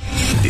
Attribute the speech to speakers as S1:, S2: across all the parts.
S1: The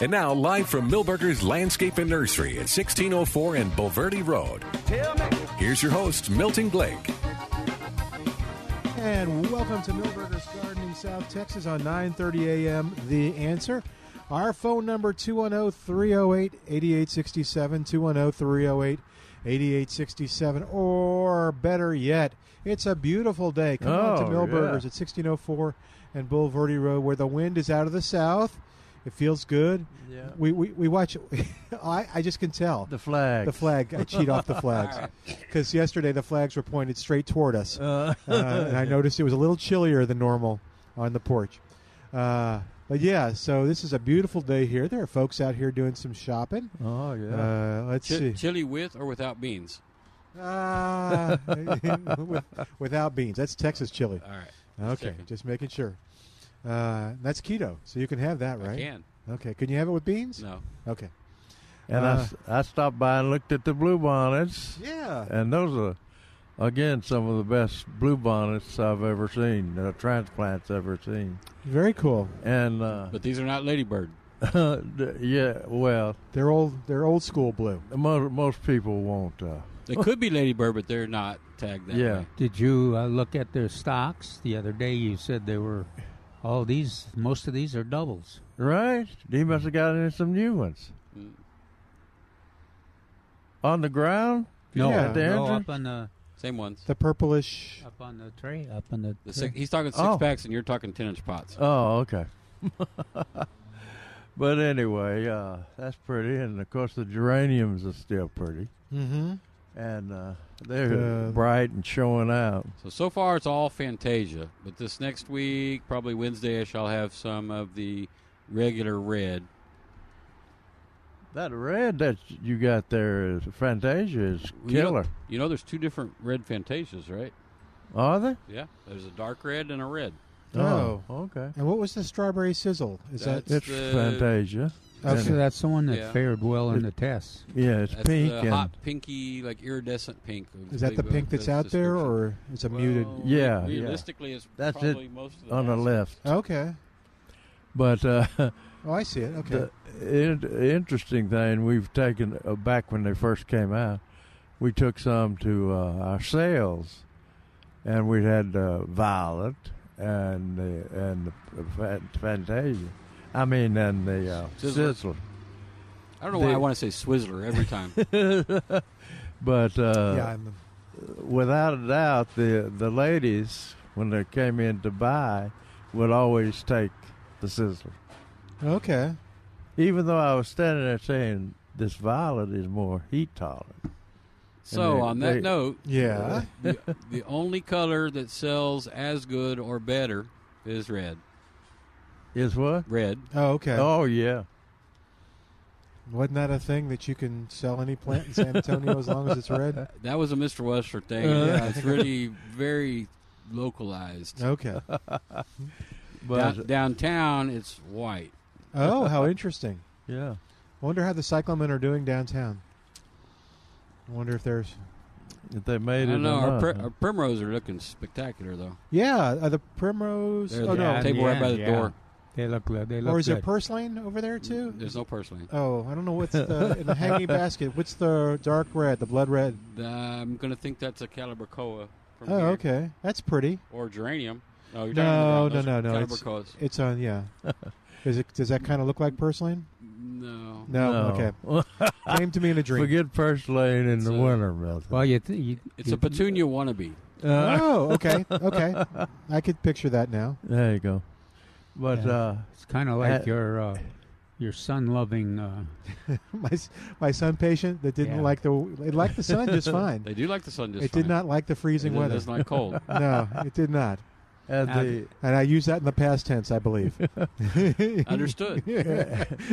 S2: And now, live from Millburgers Landscape and Nursery at 1604 and Bulverde Road, here's your host, Milton Blake.
S3: And welcome to Millburgers Gardening, South Texas on 9:30 a.m. The Answer. Our phone number oh, 210-308-8867, 210-308-8867 or better yet, it's a beautiful day. Come on to
S4: Oh,
S3: Millburgers
S4: yeah.
S3: at 1604 and Bulverde Road where the wind is out of the south. It feels good.
S4: Yeah.
S3: We, we, we watch I, I just can tell.
S4: The flag.
S3: The flag. I cheat off the flags because yesterday the flags were pointed straight toward us, uh, and I noticed it was a little chillier than normal on the porch. Uh, but yeah, so this is a beautiful day here. There are folks out here doing some shopping.
S4: Oh yeah.
S3: Uh, let's
S5: Chi-
S3: see.
S5: Chili with or without beans?
S3: Ah, with- without beans, that's Texas chili.
S5: All right.
S3: Okay,
S5: checking.
S3: just making sure. Uh, that's keto, so you can have that, right?
S5: I can.
S3: Okay, can you have it with beans?
S5: No.
S3: Okay. Uh,
S4: And I s I I, stopped by and looked at the blue bonnets,
S3: Yeah.
S4: and those are again some of the best blue bonnets I've ever seen, uh, transplants ever seen.
S3: Very cool.
S4: And uh,
S5: But these are not ladybird.
S4: d- yeah, well,
S3: They're old. They're old school blue.
S4: most, most people won't. Uh,
S5: They could be ladybird, but they're not tagged that
S4: yeah,
S5: way.
S6: Did you uh, look at their stocks the other day? You said they were all these. Most of these are doubles.
S4: right. He must have gotten in some new ones.
S5: Mm.
S4: On the ground,
S6: No,
S3: Yeah.
S4: at the
S6: no,
S4: entrance?
S6: up on the
S5: Same ones.
S3: The purplish.
S6: up on the tray, up on the. tray.
S5: The six, he's talking six
S4: Oh.
S5: packs, and you're talking ten inch pots.
S4: Oh, okay. but anyway, uh, that's pretty, and of course the geraniums are still pretty,
S3: Mm-hmm.
S4: and uh, they're
S3: The-
S4: bright and showing out.
S5: So so far it's all Fantasia, but this next week, probably Wednesday-ish, I'll have some of the regular red.
S4: That red that you got there is Fantasia is
S5: Well, you know-
S4: killer.
S5: You know, there's two different red Fantasias, right?
S4: Are they?
S5: Yeah. There's a dark red and a red.
S3: Oh.
S4: okay.
S3: And what was the strawberry sizzle? Is that
S4: It's
S5: That's the-
S4: Fantasia.
S6: Oh, so
S4: And-
S6: that's the one that
S5: Yeah.
S6: fared well in the tests.
S4: yeah, it's
S5: That's
S4: pink
S5: the
S4: and
S5: hot pinky, like iridescent pink. I
S3: is that the
S5: believe, uh,
S3: pink that's out there,
S5: description.
S3: or it's a
S5: Well,
S3: muted?
S4: Yeah, yeah.
S5: Realistically, it's
S4: That's it
S5: probably most of the
S4: on the
S5: basket.
S4: left.
S3: Okay.
S4: But uh,
S3: Oh, I see it. Okay.
S4: the in- interesting thing we've taken uh, back when they first came out, we took some to uh, our sales, and we had uh, violet and the, and the fa- fantasia. I mean, and the uh,
S5: Sizzler.
S4: sizzler.
S5: I don't know why
S4: They-
S5: I want to say Swizzler every time.
S4: But uh,
S3: yeah. I'm,
S4: without a doubt, the the ladies when they came in to buy would always take the sizzler.
S3: okay.
S4: Even though I was standing there saying this violet is more heat tolerant.
S5: so,
S4: they-
S5: on that
S4: they-
S5: note,
S3: Yeah.
S5: the, the only color that sells as good or better is red.
S4: Is what?
S5: Red.
S3: Oh, okay.
S4: Oh yeah.
S3: Wasn't that a thing that you can sell any plant in San Antonio as long as it's red? Uh,
S5: That was a Mr. Wester thing.
S3: Yeah.
S5: It's really very localized.
S3: Okay.
S4: But
S5: Down- downtown, it's white.
S3: Oh, how interesting.
S4: yeah,
S3: Wonder how the cyclamen are doing downtown. I wonder if there's.
S4: if they
S5: I
S4: made it.
S5: don't know.
S4: or
S5: Our,
S4: not,
S5: pri-
S4: huh?
S5: our primroses are looking spectacular, though.
S3: Yeah, are the primrose.
S5: There's
S3: Oh
S5: the
S3: no.
S5: table right by the
S6: yeah.
S5: door.
S6: They look good. They look
S3: Or is there
S6: good.
S3: purslane over there too?
S5: There's no purslane.
S3: Oh, I don't know what's the in the hanging basket. What's the dark red, the blood red?
S5: The- I'm going to think that's a Calabricoa. From
S3: Oh,
S5: here.
S3: okay. That's pretty.
S5: Or geranium. No, Oh, you're talking
S3: No,
S5: about
S3: no, no, no, it's-
S5: Calabricoas.
S3: It's on, yeah. Is it? Does that kind of look like purslane?
S5: Mm, No.
S3: No, okay.
S4: okay.
S3: Came to me in a dream.
S4: Forget first lane in the
S5: a-
S4: winter, Milton.
S6: Well, you, th- you
S5: It's
S6: you,
S5: a petunia wannabe.
S6: Uh.
S3: oh, okay, okay. I could picture that now.
S4: there you go. But
S3: Yeah.
S4: uh,
S6: It's kind of like
S4: Uh,
S6: your uh, your son loving. Uh,
S3: My s- my sun patient that didn't
S6: Yeah.
S3: like the it liked the sun just fine.
S5: They do like the sun just
S3: it did
S5: fine.
S3: not like the freezing
S5: It
S3: weather.
S5: It's not cold.
S3: no, it did not.
S4: at
S6: Now-
S4: the
S3: And I use that in the past tense, I believe.
S5: Understood.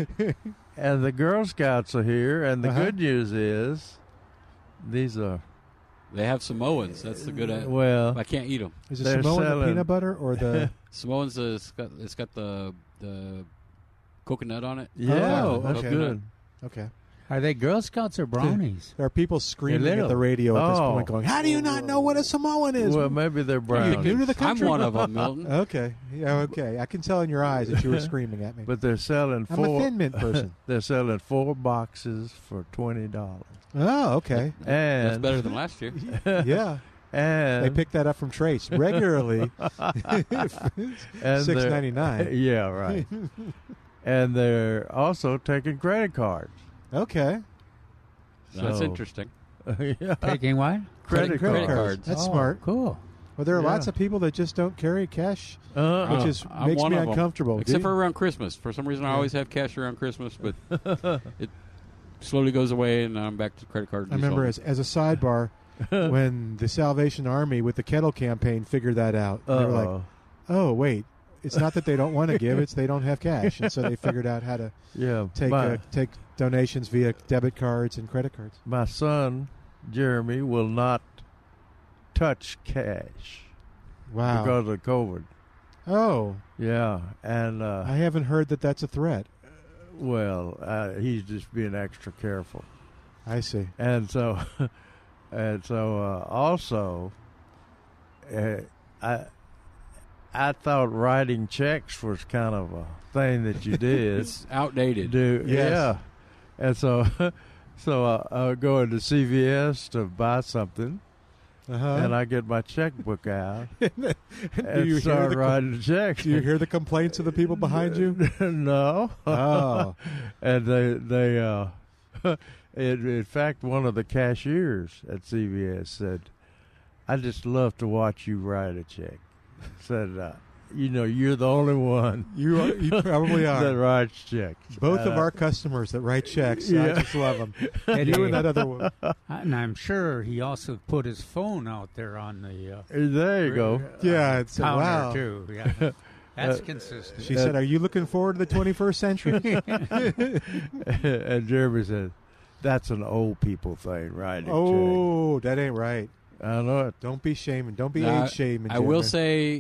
S4: and the Girl Scouts are here, and the
S3: Uh-huh.
S4: good news is these are
S5: They have Samoans. That's the good. Uh,
S4: well.
S5: I can't eat them.
S3: Is it
S4: They're
S3: Samoan the
S4: selling-
S3: peanut butter or the?
S5: Samoans. Uh, it's got, it's got the the coconut on it.
S4: Yeah,
S3: Oh,
S4: that's
S3: okay.
S4: good.
S3: Okay.
S6: are they Girl Scouts or brownies?
S3: There are people screaming at
S4: little.
S3: the radio at this
S4: Oh.
S3: point, going, "How do you not know what a Samoan is?
S4: Well, maybe they're
S3: Are you
S4: brown,
S3: new to the
S5: I'm
S3: country?"
S5: one of them, Milton.
S3: Okay. Yeah. Okay. I can tell in your eyes that you were screaming at me.
S4: but they're selling
S3: I'm a
S4: four.
S3: thin mint person.
S4: They're selling four boxes for twenty dollars,
S3: oh, okay.
S4: and
S5: That's better than last year.
S3: Yeah.
S4: And
S3: They picked that up from Trace regularly.
S4: and
S3: Six
S4: they're-
S3: ninety nine.
S4: Yeah, right. and they're also taking credit cards.
S3: Okay.
S5: That's
S4: So-
S5: interesting.
S4: yeah.
S6: Taking what?
S4: Credit,
S5: credit
S4: cards.
S5: cards.
S3: That's
S6: Oh,
S3: smart.
S6: Cool.
S3: Well, there are
S4: Yeah.
S3: lots of people that just don't carry cash,
S4: Uh,
S3: which
S5: Oh,
S3: is
S5: I'm
S3: makes
S5: one
S3: me
S5: of 'em.
S3: uncomfortable. Do
S5: Except
S3: you?
S5: for around Christmas. For some reason, I always have cash around Christmas, but it slowly goes away, and I'm back to credit card.
S3: I remember
S5: resolving.
S3: as, as a sidebar when the Salvation Army with the kettle campaign figured that out. They were like,
S4: uh-oh.
S3: "Oh, wait, it's not that they don't want to give; it's they don't have cash." And so they figured out how to
S4: yeah.
S3: take
S4: my,
S3: uh, take donations via debit cards and credit cards.
S4: my son Jeremy will not touch cash
S3: Wow.
S4: because of COVID.
S3: oh,
S4: Yeah, and uh,
S3: I haven't heard that. That's a threat.
S4: well, uh, he's just being extra careful.
S3: I see.
S4: and so and so uh, also uh, i i thought writing checks was kind of a thing that you did
S5: it's outdated.
S4: do
S3: Yes.
S4: yeah and so so uh, i would go into cvs to buy something and
S3: Uh-huh.
S4: i get my checkbook out
S3: do
S4: and
S3: you hear
S4: start
S3: the com-
S4: writing checks
S3: do you hear the complaints of the people behind you?
S4: no
S3: Oh,
S4: and they they uh in, in fact one of the cashiers at CVS said I just love to watch you write a check said uh, you know you're the only one
S3: you are, you probably
S4: that
S3: are.
S4: writes checks
S3: Both of
S4: Uh,
S3: our customers that write checks, I
S4: Yeah.
S3: just love them.
S6: And,
S3: You
S6: he-
S3: and that other one.
S6: and I'm sure he also put his phone out there on the uh,
S4: there you go Uh,
S3: Yeah, it's
S6: counter
S3: wow. Uh,
S6: too. Yeah, that's consistent.
S3: She said, "Are you looking forward to the 21st century?"
S4: and Jeremy said that's an old people thing writing checks
S3: oh, that ain't right.
S4: I know it
S3: Don't be shaming. Don't be
S5: Now,
S3: age shaming.
S5: I will
S3: Jeremy.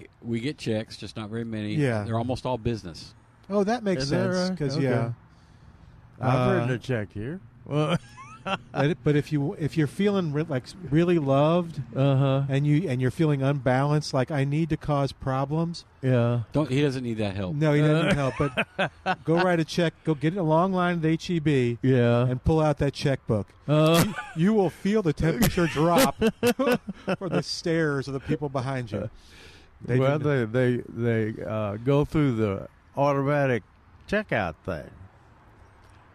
S5: say we get checks, just not very many.
S3: Yeah.
S5: they're almost all business.
S3: Oh, that makes
S4: Is that
S3: sense
S4: right?
S3: because
S4: Okay.
S3: yeah.
S4: I've
S3: Uh,
S4: written a check here well
S3: But but if you if you're feeling re- like really loved
S4: uh huh
S3: and you and you're feeling unbalanced, like I need to cause problems.
S4: yeah
S5: Don't he doesn't need that help.
S3: No, he doesn't help. But go write a check. Go get a long line at HEB
S4: yeah
S3: and pull out that checkbook.
S4: uh,
S3: You will feel the temperature drop for the stares of the people behind you. They
S4: well,
S3: didn't-
S4: they they they uh, go through the automatic checkout thing.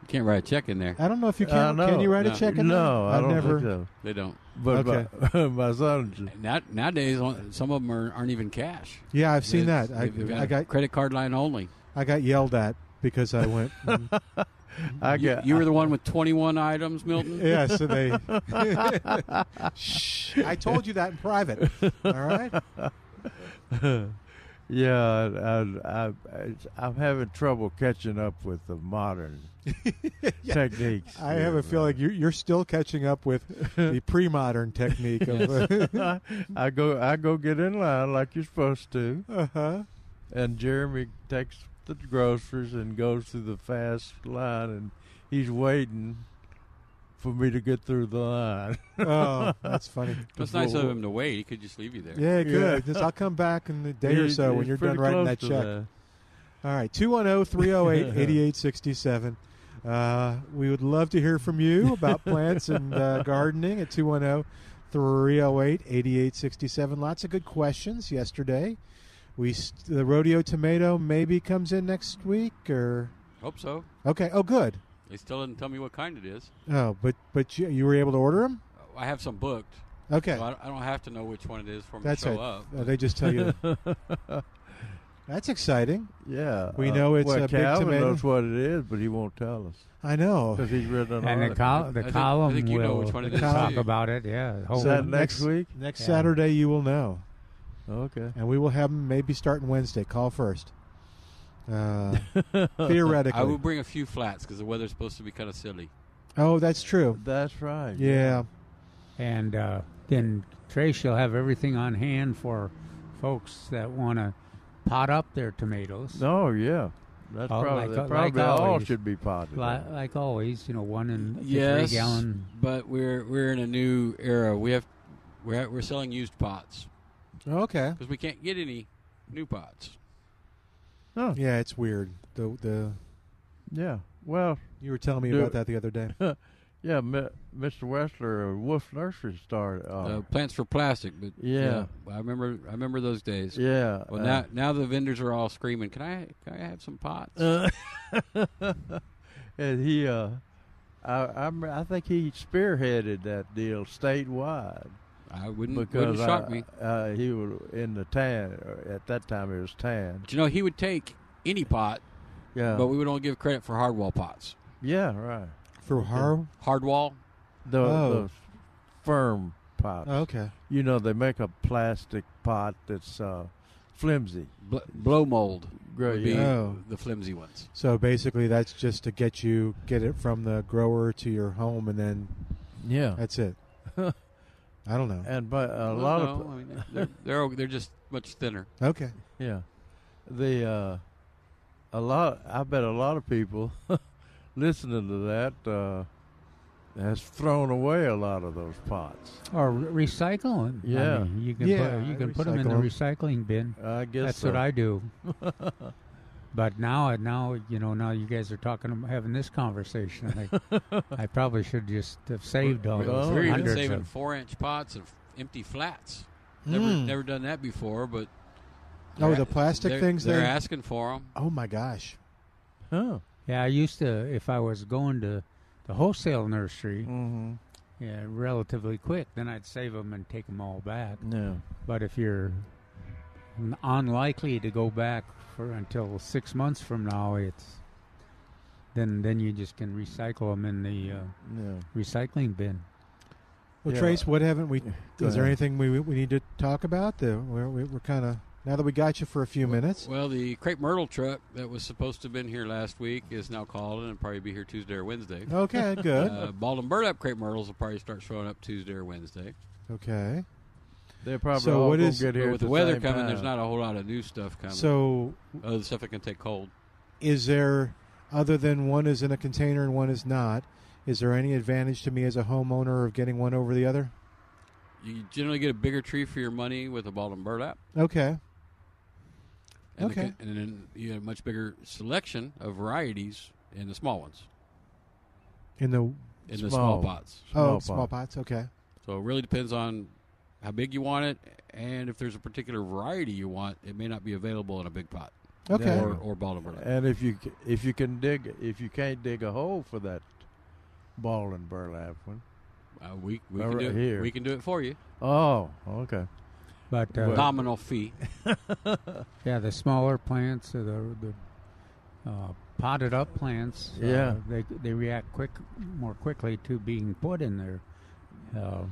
S5: You can't write a check in there.
S3: I don't know if you
S4: I
S3: can.
S4: know.
S3: Can you write
S5: No.
S3: a check? in
S4: no,
S3: there?
S4: I don't
S3: never.
S4: think so.
S5: They don't.
S4: But my,
S3: Okay.
S4: my son,
S5: Now, nowadays, on- some of them are, aren't even cash.
S3: Yeah, I've seen
S5: It's-
S3: that. I,
S5: they've got
S3: I
S5: a
S3: got
S5: credit card line only.
S3: I got yelled at because I went. mm.
S4: I
S5: You,
S4: got
S5: you were the one with 21 items, Milton.
S3: yeah, so they. Shh! I told you that in private. All right.
S4: yeah, and I, I, I'm having trouble catching up with the modern techniques.
S3: I have a feeling you, you're still catching up with the pre-modern technique of.
S4: I, I go I go get in line like you're supposed to,
S3: Uh huh.
S4: and Jeremy takes the groceries and goes through the fast line, and he's waiting for me to get through the line.
S3: Oh, that's funny.
S5: It's nice of him to wait. He could just leave you there.
S3: Yeah,
S4: Yeah.
S3: good. Just I'll come back in a day or
S4: He's-
S3: so when
S4: he's
S3: you're done
S4: pretty
S3: writing
S4: close
S3: that
S4: to
S3: check. All right, oh, 210 308 8867. Uh, We would love to hear from you about plants and uh, gardening at oh, 210 308 8867. Lots of good questions yesterday. We st- The rodeo tomato maybe comes in next week, or
S5: Hope so.
S3: Okay. Oh, good.
S5: They still didn't tell me what kind it is.
S3: Oh, but but you, you were able to order them.
S5: I have some booked,
S3: Okay.
S5: so I, I don't have to know which one it is for me
S3: That's
S5: to
S3: it.
S5: show up.
S3: Uh, they just tell you. That's exciting.
S4: Yeah, uh,
S3: We know it's
S4: well,
S3: a big
S4: Calvin
S3: tomato.
S4: knows what it is, but he won't tell us
S3: I know.
S4: because he's written an
S6: And the,
S4: article.
S6: col-
S5: I
S6: the
S5: think- I
S6: column
S5: think you know
S6: will
S5: which one it
S3: is,
S6: talk
S3: too.
S6: about it. Yeah, the whole-
S4: is that next week?
S3: Next
S6: Yeah.
S3: Saturday, you will know,
S4: Okay.
S3: and we will have them maybe starting Wednesday. Call first. Uh, theoretically.
S5: I will bring a few flats because the weather's supposed to be kind of silly.
S3: oh, that's true.
S4: That's right.
S3: Yeah.
S6: and uh, then Trace, you'll have everything on hand for folks that want to pot up their tomatoes.
S3: Oh,
S4: No, yeah. That's
S6: Oh,
S4: probably
S6: like- like
S4: probably all
S6: always.
S4: should be potted.
S6: Li- like always, you know, one and the
S5: Yes,
S6: three gallon.
S5: but we're we're in a new era. We have we're we're selling used pots
S3: Okay.
S5: because we can't get any new pots.
S4: Oh,
S3: Yeah, it's weird. The the
S4: yeah. Well,
S3: you were telling me
S4: Do-
S3: about that the other day.
S4: yeah. Mi- Mr. Westler, uh, Wolf Nursery started. Uh,
S5: Uh, plants for plastic, but
S4: Yeah.
S5: I remember I remember those days.
S4: yeah.
S5: Well,
S4: uh,
S5: now now the vendors are all screaming, "Can I can I have some pots?"
S4: Uh, and he, uh, I, I'm, I think he spearheaded that deal statewide
S5: I wouldn't
S4: because
S5: wouldn't shock
S4: uh,
S5: me.
S4: Uh, he was in the tan or at that time. It was tan.
S5: But you know, he would take any pot,
S4: Yeah.
S5: but we would only give credit for hardwall pots.
S4: yeah. Right.
S3: For Haro?
S5: Hardwall,
S4: The,
S3: Oh.
S4: the firm pot.
S3: Oh, okay.
S4: You know, they make a plastic pot that's uh, flimsy.
S5: bl- blow mold
S4: Grow-
S5: would be
S4: yeah.
S3: Oh.
S5: the flimsy ones.
S3: So basically, that's just to get you get it from the grower to your home, and then
S4: yeah.
S3: that's it. I don't know.
S4: And but a
S5: Well,
S4: lot
S5: no,
S4: of
S5: I mean, they're, they're they're just much thinner.
S3: Okay.
S4: yeah, the uh, a lot. I bet a lot of people listening to that uh, has thrown away a lot of those pots.
S6: Or re- recycle them.
S4: Yeah.
S6: I mean, you can
S3: Yeah,
S6: put, you
S3: I
S6: can put them in the recycling bin.
S4: I guess
S6: That's
S4: so.
S6: what I do. but now, now you know, now you guys are talking, ab- having this conversation. I, I probably should just have saved all those
S4: Oh,
S5: We're even
S6: hundreds
S5: saving
S6: of.
S5: four inch pots of empty flats. Never
S3: Mm.
S5: never done that before, but
S3: Oh,
S5: they're-
S3: the plastic
S5: they're-
S3: things.
S5: they're
S3: They.
S5: asking for them.
S3: oh my gosh.
S4: Huh.
S6: Yeah, I used to if I was going to the wholesale nursery,
S4: Mm-hmm.
S6: yeah, relatively quick, then I'd save them and take them all back.
S4: Yeah.
S6: But if you're n- unlikely to go back for until six months from now, it's then then you just can recycle them in the uh,
S4: Yeah.
S6: recycling bin.
S3: Well,
S4: Yeah.
S3: Trace, what haven't we?
S4: Go
S3: Is there
S4: ahead.
S3: anything we we need to talk about? The, we're we, we're kind of now that we got you for a few minutes.
S5: Well, the crepe myrtle truck that was supposed to have been here last week is now calling and probably be here Tuesday or Wednesday.
S3: Okay. Good.
S5: Uh, bald and burlap crepe myrtles will probably start showing up Tuesday or Wednesday.
S3: okay.
S4: They're probably
S3: So
S4: all
S3: what
S4: gonna
S3: is-
S4: get
S5: But
S4: here
S5: with
S4: at
S5: the,
S4: the
S5: weather
S4: same
S5: coming,
S4: time.
S5: there's not a whole lot of new stuff coming.
S3: So
S5: other stuff that can take cold.
S3: is there other than one is in a container and one is not is there any advantage to me as a homeowner of getting one over the other
S5: You generally get a bigger tree for your money with a bald and burlap.
S3: okay
S5: And the
S3: Okay.
S5: co- and then you get a much bigger selection of varieties in the small ones,
S3: in the
S5: in the small
S4: Small.
S5: pots.
S3: oh
S4: Small
S3: small
S4: pot.
S3: pots okay
S5: So it really depends on how big you want it, and if there's a particular variety you want, it may not be available in a big pot
S3: okay
S5: or, or ball and burlap.
S4: And if you c- if you can dig if you can't dig a hole for that ball and burlap one.
S5: Uh, we we
S4: All
S5: can do
S4: right,
S5: it.
S4: here.
S5: we can do it for you.
S4: Oh, okay.
S6: But uh,
S5: Nominal fee.
S6: yeah, the smaller plants, or the the uh, potted up plants, uh,
S4: Yeah.
S6: they they react quick more quickly to being put in there. Uh,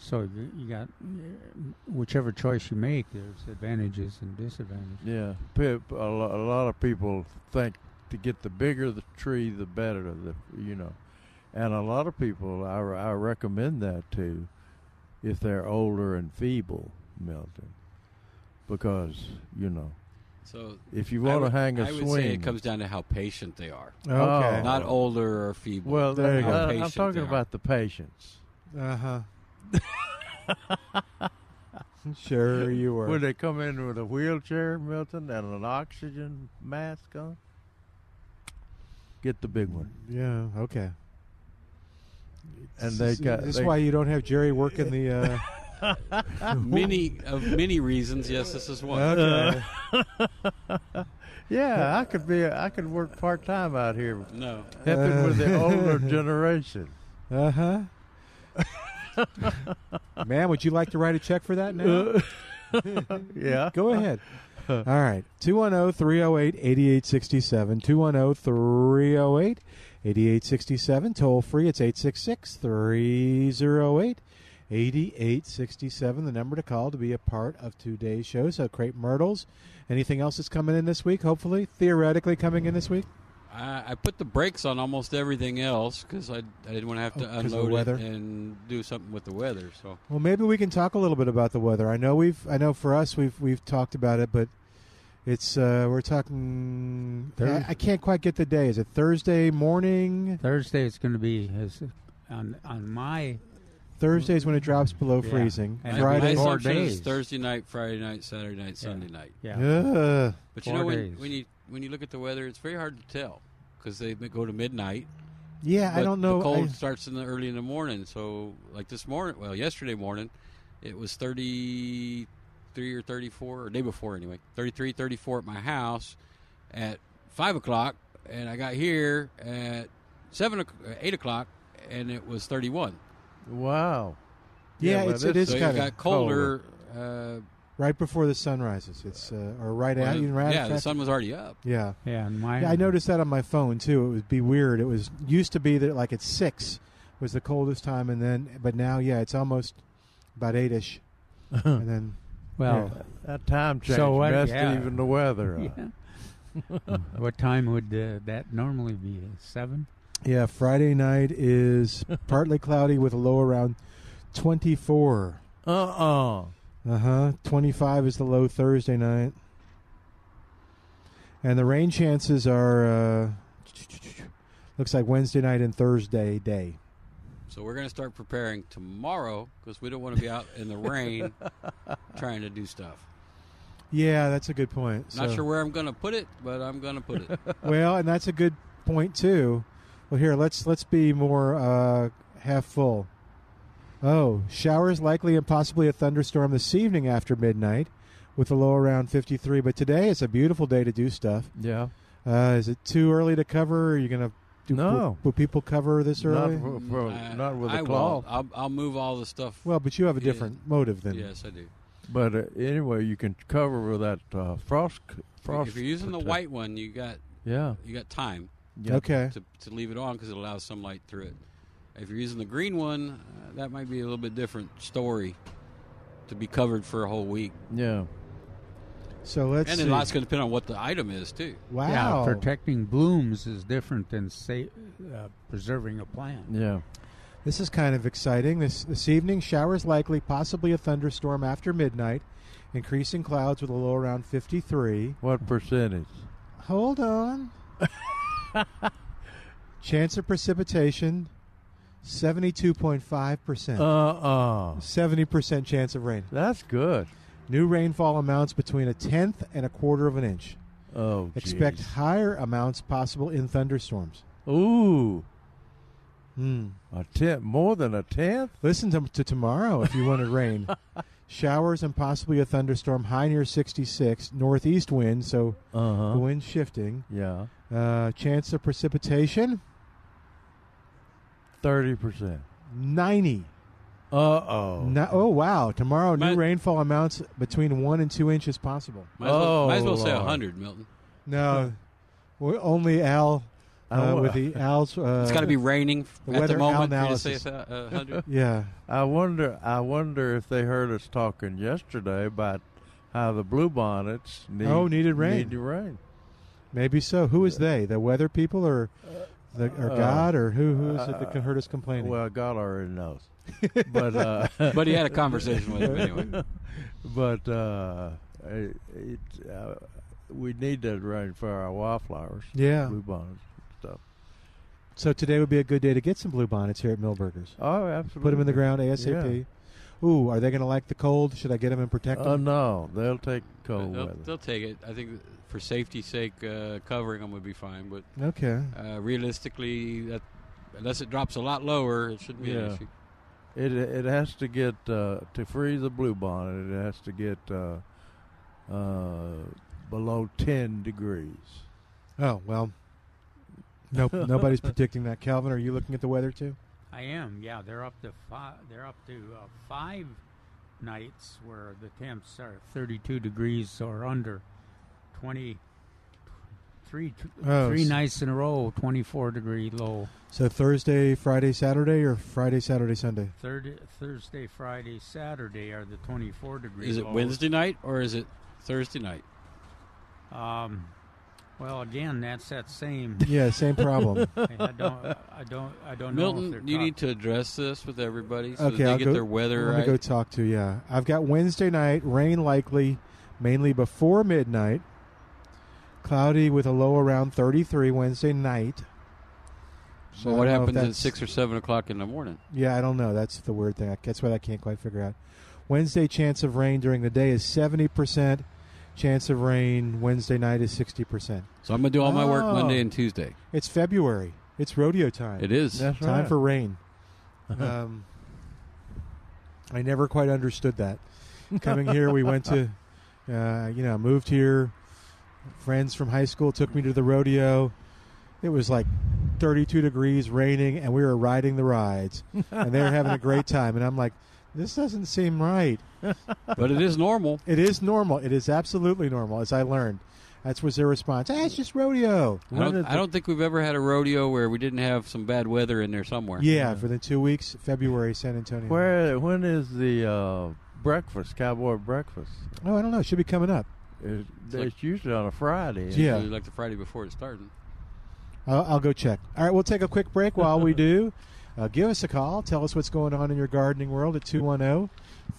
S6: so you you got uh, whichever choice you make, there's advantages and disadvantages.
S4: Yeah, Pip, a, lo- a lot of people think to get the bigger the tree, the better. The you know, and a lot of people I, re- I recommend that to if they're older and feeble, Milton, because you know
S5: So
S4: if you
S5: I
S4: want to
S5: would-
S4: hang a
S5: I would
S4: swing,
S5: say it comes down to how patient they are,
S3: okay
S5: not older or feeble.
S4: well.
S3: There you
S4: I,
S3: go.
S4: I- Uh, I'm
S5: Patient
S4: talking
S5: there.
S4: about the patience.
S3: uh-huh sure you were
S4: Would they come in with a wheelchair, Milton, and an oxygen mask on? Get the big one,
S3: yeah okay
S4: and they got
S3: this
S4: they-
S3: is why you don't have jerry working the uh
S5: many of many reasons. Yes, this is one.
S4: Okay. Uh, yeah, I could be. I could work part time out here,
S5: No,
S4: helping with the older generation.
S3: Uh huh. Man, would you like to write a check for that now?
S4: Yeah.
S3: Go ahead. All right. oh, 210 308 8867. 210 308 8867. Toll free. It's 866 308 8867. The number to call to be a part of today's show. So, Crepe Myrtles. Anything else that's coming in this week, hopefully? Theoretically coming in this week?
S5: I, I put the brakes on almost everything else because I, I didn't want to have to
S3: Oh, 'cause of the
S5: unload
S3: weather?
S5: it and do something with the weather. So
S3: Well, maybe we can talk a little bit about the weather. I know we've, I know for us, we've we've talked about it, but it's uh, we're talking. I, I can't quite get the day. Is it Thursday morning?
S6: Thursday it's going to be as on on my
S3: Thursday's when it drops below
S6: Yeah.
S3: freezing.
S6: And
S5: my
S3: Friday.
S6: Four
S5: assumption is
S6: days.
S5: Thursday night, Friday night, Saturday night, Sunday night.
S6: yeah.
S3: Ugh.
S5: But you
S6: Four
S5: know when,
S6: days.
S5: when you when you look at the weather, it's very hard to tell because they go to midnight.
S3: yeah, I
S5: but
S3: don't know.
S5: The cold
S3: I-
S5: starts in the early in the morning. So like this morning, well, yesterday morning, it was thirty three or thirty four, or day before anyway, 33, 34 at my house at five o'clock, and I got here at seven, o'c- uh, eight o'clock, and it was thirty one.
S4: Wow.
S3: Yeah,
S4: well,
S3: it's- it
S4: this-
S5: So
S3: is
S5: it
S3: kinda
S5: got colder. Uh,
S3: right before the sun rises. It's uh, or right
S5: well,
S3: out. You right
S5: yeah,
S3: at-
S5: the sun was already up.
S3: yeah.
S6: Yeah, and my
S3: Yeah, I noticed that on my phone too. It would be weird. It was used to be that like at six was the coldest time, and then but now yeah, it's almost about eight ish, and then.
S6: Well,
S4: Uh-huh. That time change
S6: So what-
S4: messed
S6: yeah.
S4: even the weather up.
S6: yeah. what time would uh, that normally be? Seven.
S3: Yeah, Friday night is partly cloudy with a low around 24.
S4: Uh-uh.
S3: Uh huh. 25 is the low Thursday night. And the rain chances are, uh, looks like Wednesday night and Thursday day.
S5: So we're going to start preparing tomorrow because we don't want to be out in the rain trying to do stuff.
S3: Yeah, that's a good point.
S5: Not
S3: So-
S5: sure where I'm going to put it, but I'm going to put it.
S3: well, and that's a good point too. Well, here let's let's be more uh, half full. Oh, showers likely and possibly a thunderstorm this evening after midnight, with a low around 53. But today it's a beautiful day to do stuff.
S4: Yeah.
S3: Uh, is it too early to cover? Are you gonna do?
S4: No.
S3: Will, will people cover this
S4: Not,
S3: early?
S4: for, for-
S5: I-
S4: not with
S5: I
S4: a
S5: will.
S4: cloth.
S5: I'll, I'll move all the stuff.
S3: well, but you have a
S5: Yeah.
S3: different motive than
S5: yes, I do.
S4: But uh, anyway, you can cover with that uh, frost. c- frost
S5: if you're using the
S4: protect-
S5: white one, you got
S4: Yeah.
S5: you got time
S4: yeah.
S3: Okay.
S5: to, to leave it on because it allows some light through it. If you're using the green one, uh, that might be a little bit different story to be covered for a whole week.
S4: Yeah.
S3: So let's.
S5: and
S3: see.
S5: then lots going to depend on what the item is too.
S6: Yeah,
S3: wow.
S6: protecting blooms is different than sa- uh, preserving a plant.
S4: Yeah.
S3: This is kind of exciting. This this evening, showers likely, possibly a thunderstorm after midnight, increasing clouds with a low around 53.
S4: What percentage?
S3: Hold on. Chance of precipitation, 72.5 percent.
S4: Uh-uh.
S3: 70 percent chance of rain.
S4: That's good.
S3: New rainfall amounts between a tenth and a quarter of an inch.
S4: Oh,
S3: Expect
S4: geez.
S3: higher amounts possible in thunderstorms.
S4: Ooh.
S3: Hmm.
S4: A tenth, more than a tenth?
S3: Listen to, to tomorrow if you want to rain. Showers and possibly a thunderstorm, high near 66, northeast wind, so
S4: Uh-huh.
S3: the wind shifting.
S4: Yeah.
S3: Uh, chance of precipitation,
S4: 30%.
S3: 90.
S4: Uh-oh.
S3: Ni- oh, wow. Tomorrow, new
S5: Might-
S3: rainfall amounts between 1 and 2 inches possible.
S5: Might as well, might as
S4: Oh,
S5: well say
S4: Lord.
S5: hundred, Milton.
S3: No, we're only Al uh,
S4: Oh,
S3: with
S4: uh,
S3: the Al's. Uh,
S5: It's got to be raining
S3: the
S5: at
S3: weather
S5: the moment for you to say
S3: analysis.
S5: uh, hundred.
S3: Yeah.
S4: I wonder. I wonder if they heard us talking yesterday about how the bluebonnets need,
S3: Oh, needed rain.
S4: Need rain.
S3: Maybe so. Who is they? The weather people or the or
S4: Uh,
S3: God or who who is it that
S4: uh,
S3: heard us complaining?
S4: Well, God already knows. but uh,
S5: But he had a conversation with him anyway.
S4: but uh, it, it, uh, we need that rain for our wildflowers,
S3: yeah.
S4: bluebonnets and stuff.
S3: So today would be a good day to get some blue bonnets here at Millburgers.
S4: Oh, absolutely.
S3: Put them in the ground ASAP. Ooh, are they going to like the cold? Should I get them and protect
S4: Oh
S3: them?
S4: no, they'll take cold
S5: They'll,
S4: weather.
S5: they'll take it. I think for safety's sake, uh, covering them would be fine. But
S3: okay.
S5: uh, realistically, that, unless it drops a lot lower, it shouldn't be an
S4: Yeah.
S5: issue.
S4: It it has to get uh, to free the bluebonnet. It has to get uh, uh, below ten degrees.
S3: Oh well. Nope, nobody's predicting that. Calvin, are you looking at the weather too?
S6: I am. Yeah, they're up to five. They're up to uh, five nights where the temps are 32 degrees or under. 20, three, t-
S3: Oh,
S6: three
S3: s-
S6: nights in a row, 24 degree low.
S3: So Thursday, Friday, Saturday, or Friday, Saturday, Sunday?
S6: Third, Thursday, Friday, Saturday are the 24 degree.
S5: Is it
S6: lows.
S5: Wednesday night or is it Thursday night?
S6: Um, well, again, that's that same.
S3: Yeah, same problem.
S6: I don't. I don't. I don't know. If they're
S5: Milton, you
S6: talk-
S5: need to address this with everybody so that
S3: okay,
S5: they
S3: I'll
S5: get
S3: go,
S5: their
S3: I'm
S5: weather right.
S3: gonna go talk to yeah. I've got Wednesday night rain likely, mainly before midnight. Cloudy with a low around 33 Wednesday night.
S5: so
S3: I don't
S5: what
S3: know if
S5: happens at
S3: that's-
S5: six or seven o'clock in the morning?
S3: Yeah, I don't know. That's the weird thing. I- That's what I can't quite figure out. Wednesday chance of rain during the day is 70%. Chance of rain Wednesday night is 60%.
S5: So I'm gonna do all my work
S3: Oh.
S5: Monday and Tuesday.
S3: It's February. It's rodeo time.
S5: It is.
S4: That's
S3: Time
S4: right. Uh-huh.
S3: for rain. Um, I never quite understood that. Coming here, we went to, uh, you know, I moved here. Friends from high school took me to the rodeo. It was like 32 degrees, raining, and we were riding the rides, and they were having a great time. And I'm like, this doesn't seem right.
S5: but it is normal.
S3: It is normal. It is absolutely normal, as I learned. That's was their response. Ah, it's just rodeo.
S5: I
S4: When
S5: don't,
S4: did
S5: I
S4: the-
S5: don't think we've ever had a rodeo where we didn't have some bad weather in there somewhere.
S3: Yeah, for the two weeks, February, San Antonio.
S4: Where when is the uh, breakfast? Cowboy breakfast.
S3: Oh, I don't know. It should be coming up.
S4: It, it's usually on a Friday.
S3: Yeah.
S5: Usually like the Friday before it started.
S3: I'll, I'll go check. All right, we'll take a quick break. While we do, uh, give us a call. Tell us what's going on in your gardening world at 210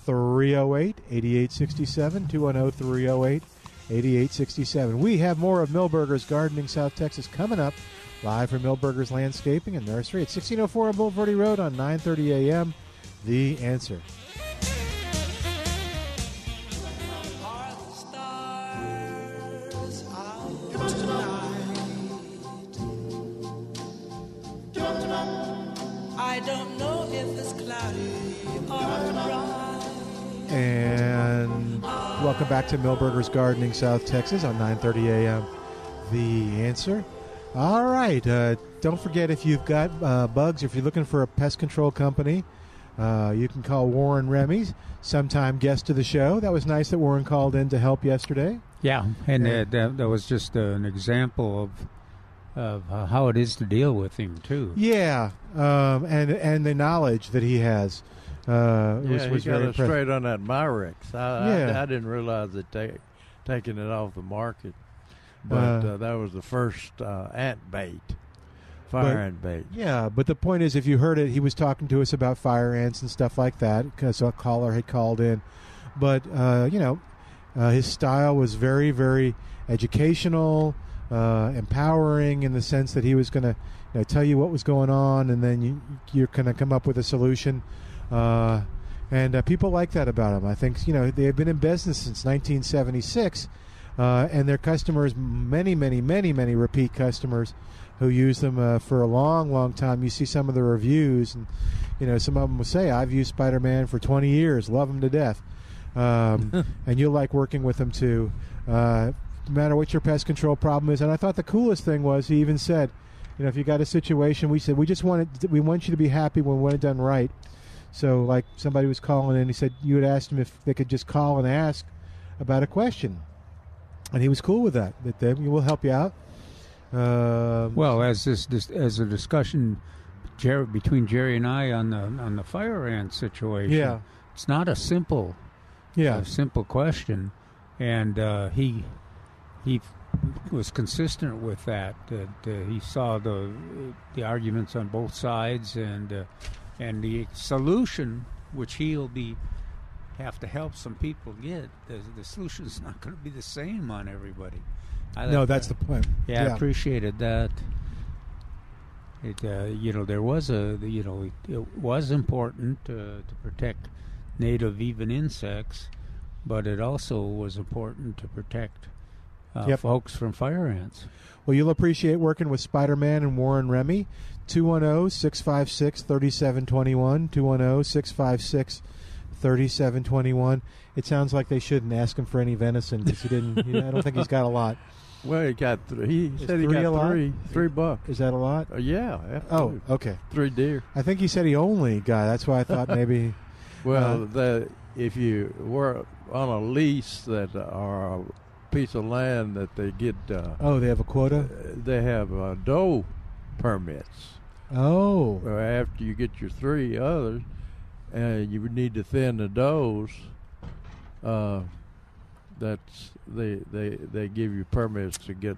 S3: 308 8867. 210 308 8867. We have more of Millburgers Gardening South Texas coming up live from Millburgers Landscaping and Nursery at 1604 on Boulevardy Road on 930 a.m. The answer.
S7: I don't know if it's cloudy or bright.
S3: And welcome back to Millburgers Gardening, South Texas, on 9:30 a.m. The answer. All right. Uh, don't forget if you've got uh, bugs, if you're looking for a pest control company, uh, you can call Warren Remy, sometime guest to the show. That was nice that Warren called in to help yesterday.
S6: Yeah, and
S3: Yeah.
S6: That, that that was just an example of of uh, how it is to deal with him too.
S3: Yeah, um, and and the knowledge that he has uh,
S4: Yeah,
S3: was,
S4: he
S3: was
S4: got
S3: very
S4: us
S3: impressive.
S4: straight on that Myrex. I,
S3: Yeah.
S4: I, I didn't realize that they taking it off the market, but
S3: Uh,
S4: uh, that was the first uh, ant bait, fire
S3: But-
S4: ant bait.
S3: Yeah, but the point is, if you heard it, he was talking to us about fire ants and stuff like that because a caller had called in. But, uh, you know, uh, his style was very, very educational, uh, empowering in the sense that he was going to you know, tell you what was going on and then you, you're going to come up with a solution. Uh, and uh, people like that about him. I think, you know, they've been in business since 1976 uh, and their customers, many, many, many, many repeat customers who use them uh, for a long, long time. You see some of the reviews, and you know some of them will say, "I've used Spider-Man for 20 years, love him to death," um, and you'll like working with them too, uh, no matter what your pest control problem is. And I thought the coolest thing was he even said, "You know, if you got a situation, we said we just want it, we want you to be happy when we want it done right." So, like somebody was calling in, he said you had asked him if they could just call and ask about a question and he was cool with that. That they will help you out. Um,
S6: Well, as this, this as a discussion Jerry, between Jerry and I on the on the fire ant situation,
S3: Yeah.
S6: it's not a simple
S3: yeah,
S6: a simple question, and uh, he he was consistent with that. That uh, he saw the the arguments on both sides, and uh, and the solution which he'll be have to help some people get. The, the solution is not going to be the same on everybody. I
S3: no,
S6: like
S3: that's
S6: that.
S3: the point.
S6: Yeah, I appreciated that. It, uh, you know, there was a, the- you know, it, it was important uh, to protect native even insects, but it also was important to protect uh,
S3: Yep.
S6: folks from Fire Ants.
S3: Well, you'll appreciate working with Spider Man and Warren Remy. oh, 210 656 3721. 210 656 3721. It sounds like they shouldn't ask him for any venison because he didn't. Mm, he- I don't think he's got a lot.
S4: Well, he got three. He
S3: Is
S4: said he
S3: three a
S4: got
S3: lot?
S4: three, three bucks.
S3: Is that a lot?
S4: Uh, yeah.
S3: Oh,
S4: absolutely.
S3: okay.
S4: three deer.
S3: I think he said he only got. That's why I thought maybe.
S4: Well,
S3: Uh,
S4: the, if you were on a lease that or a piece of land that they get, uh,
S3: Oh, they have a quota.
S4: they have uh, doe permits.
S3: Oh,
S4: Well, after you get your three others, uh, you would need to thin the does. Uh, that's they they they give you permits to get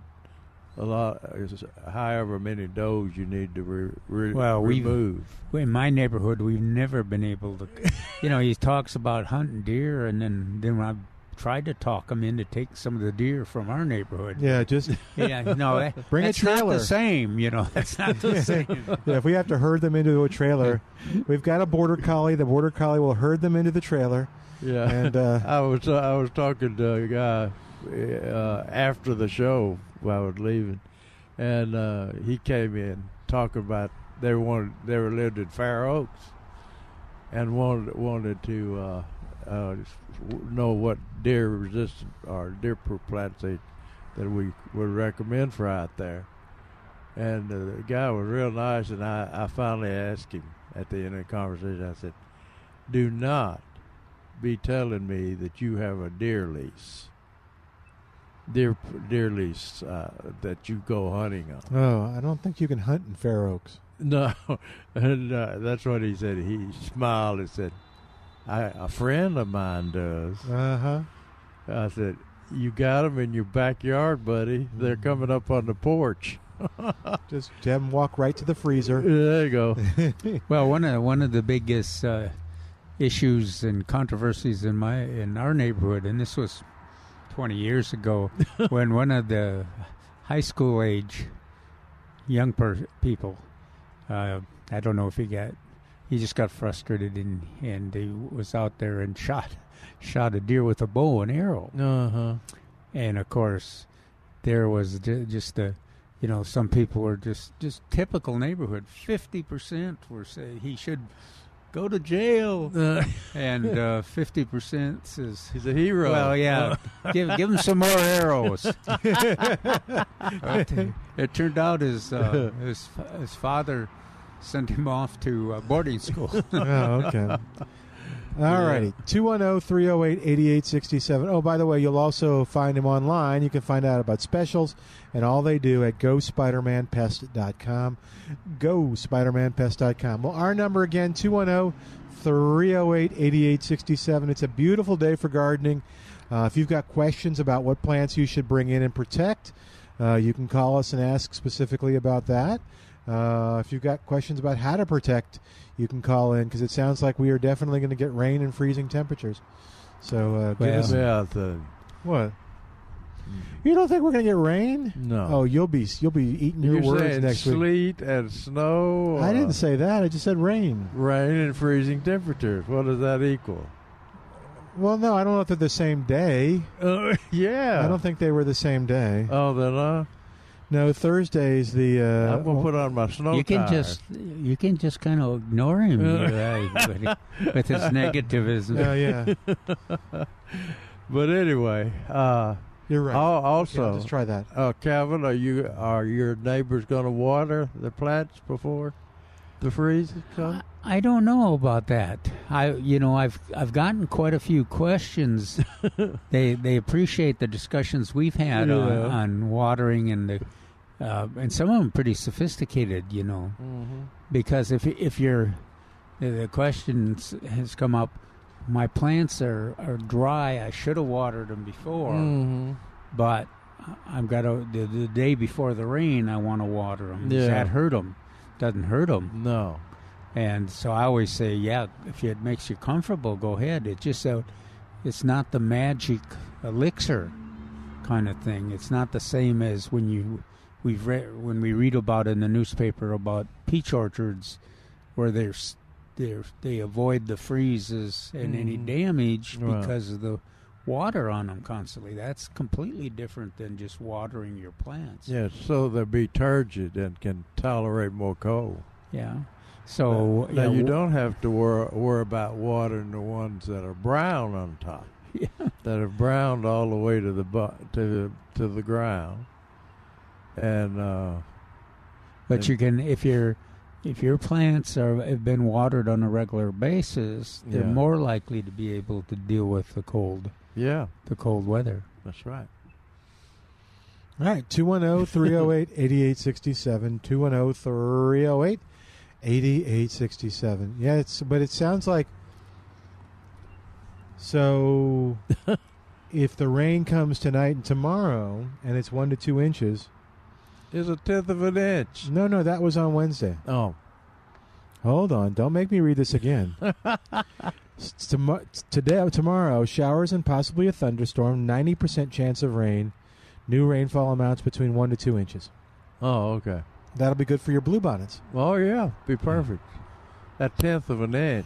S4: a lot, is however many does you need to re, re,
S6: Well, we've-
S4: remove.
S6: In my neighborhood, we've never been able to. You know, he talks about hunting deer, and then then when I've tried to talk him in to take some of the deer from our neighborhood.
S3: yeah. Just
S6: Yeah, no, that,
S3: Bring a
S6: that's not
S3: trailer.
S6: the same. You know, that's not the same.
S3: yeah, if we have to herd them into a trailer, we've got a border collie. The border collie will herd them into the trailer.
S4: Yeah,
S3: And, uh,
S4: I was I was talking to a guy uh, after the show while I was leaving, and uh, he came in talking about they wanted they were lived in Fair Oaks, and wanted wanted to uh, uh, know what deer resistant or deer proof plants they, that we would recommend for out there. And uh, the guy was real nice, and I, I finally asked him at the end of the conversation. I said, "Do not be telling me that you have a deer lease, deer deer lease uh, that you go hunting on."
S3: Oh, I don't think you can hunt in Fair Oaks.
S4: No, and uh, that's what he said. He smiled and said, I, "A friend of mine does."
S3: Uh huh.
S4: I said, "You got them in your backyard, buddy. They're coming up on the porch."
S3: Mm-hmm. Just have them walk right to the freezer.
S4: There you go.
S6: Well, one of one of the biggest uh, issues and controversies in my in our neighborhood, and this was 20 years ago, when one of the high school age young per- people, uh, I don't know if he got, he just got frustrated and and he was out there and shot shot a deer with a bow and arrow,
S4: Uh huh.
S6: and of course there was ju- just the you know some people were just just typical neighborhood 50% were say he should go to jail and uh, 50% says
S4: He's a hero.
S6: well yeah give, give him some more arrows it turned out his uh, his, fa- his father sent him off to uh, boarding school
S3: oh, okay. All righty. oh, 210 308 8867. Oh, by the way, you'll also find him online. You can find out about specials and all they do at gospidermanpest.com. Gospidermanpest.com. Well, our number again, oh, 210 308 8867. It's a beautiful day for gardening. Uh, if you've got questions about what plants you should bring in and protect, uh, you can call us and ask specifically about that. Uh, if you've got questions about how to protect, you can call in because it sounds like we are definitely going to get rain and freezing temperatures. So uh, give
S6: Well-
S3: us
S4: Yeah. The,
S3: what? You don't think we're going to get rain?
S4: Mm. no.
S3: Oh, you'll be you'll be eating your
S4: You're
S3: words
S4: saying
S3: next week.
S4: sleet and snow.
S3: I
S4: uh,
S3: didn't say that. I just said rain.
S4: rain and freezing temperatures. What does that equal?
S3: Well, no, I don't know if they're the same day.
S4: Uh, yeah.
S3: I don't think they were the same day.
S4: Oh, then I,
S3: no, Thursday's the. Uh,
S4: I'm gonna put on my snow. Uh,
S6: you can
S4: tire.
S6: just you can just kind of ignore him you know, with his negativism
S3: Oh yeah,
S4: But anyway, uh,
S3: you're right.
S4: al-
S3: Yeah,
S4: also,
S3: just try that.
S4: uh, Calvin, are you are your neighbors going to water the plants before the freeze comes?
S6: I don't know about that. I you know I've I've gotten quite a few questions. they they appreciate the discussions we've had on,
S4: Yeah.
S6: on watering and the uh, and some of them pretty sophisticated. You know because if if you're the- the question s- has come up, my plants are are dry. I should have watered them before, but uh, I've got to the, the day before the rain. I want to water them. Does
S4: Yeah.
S6: that hurt them? Doesn't hurt them.
S4: No.
S6: And so I always say, yeah, if it makes you comfortable, go ahead. It's just that it's not the magic elixir kind of thing. It's not the same as when you we've re- when we read about in the newspaper about peach orchards where
S4: Mm.
S6: there's they they avoid the freezes and any damage
S4: Right.
S6: because of the water on them constantly. That's completely different than just watering your plants.
S4: Yes, so they'll be turgid and can tolerate more cold.
S6: Yeah. So
S4: now
S6: yeah, w-
S4: you don't have to worry, worry about watering the ones that are brown on top,
S6: Yeah.
S4: that are browned all the way to the bu- to the, to the ground, and uh,
S6: But you can if your if your plants are have been watered on a regular basis, they're
S4: Yeah.
S6: more likely to be able to deal with the cold
S4: yeah,
S6: the cold weather.
S4: that's right.
S3: All right, oh, 210 308 8867. 210 308 8867. Yeah, it's, but it sounds like. So, if the rain comes tonight and tomorrow and it's one to two inches.
S4: Is a tenth of an inch.
S3: No, no, that was on Wednesday.
S4: Oh,
S3: Hold on, don't make me read this again. S- tomo- Today, tomorrow, showers and possibly a thunderstorm, 90% chance of rain, new rainfall amounts between 1 to 2 inches.
S4: oh, okay.
S3: That'll be good for your bluebonnets.
S4: Oh yeah, be perfect. A tenth of an inch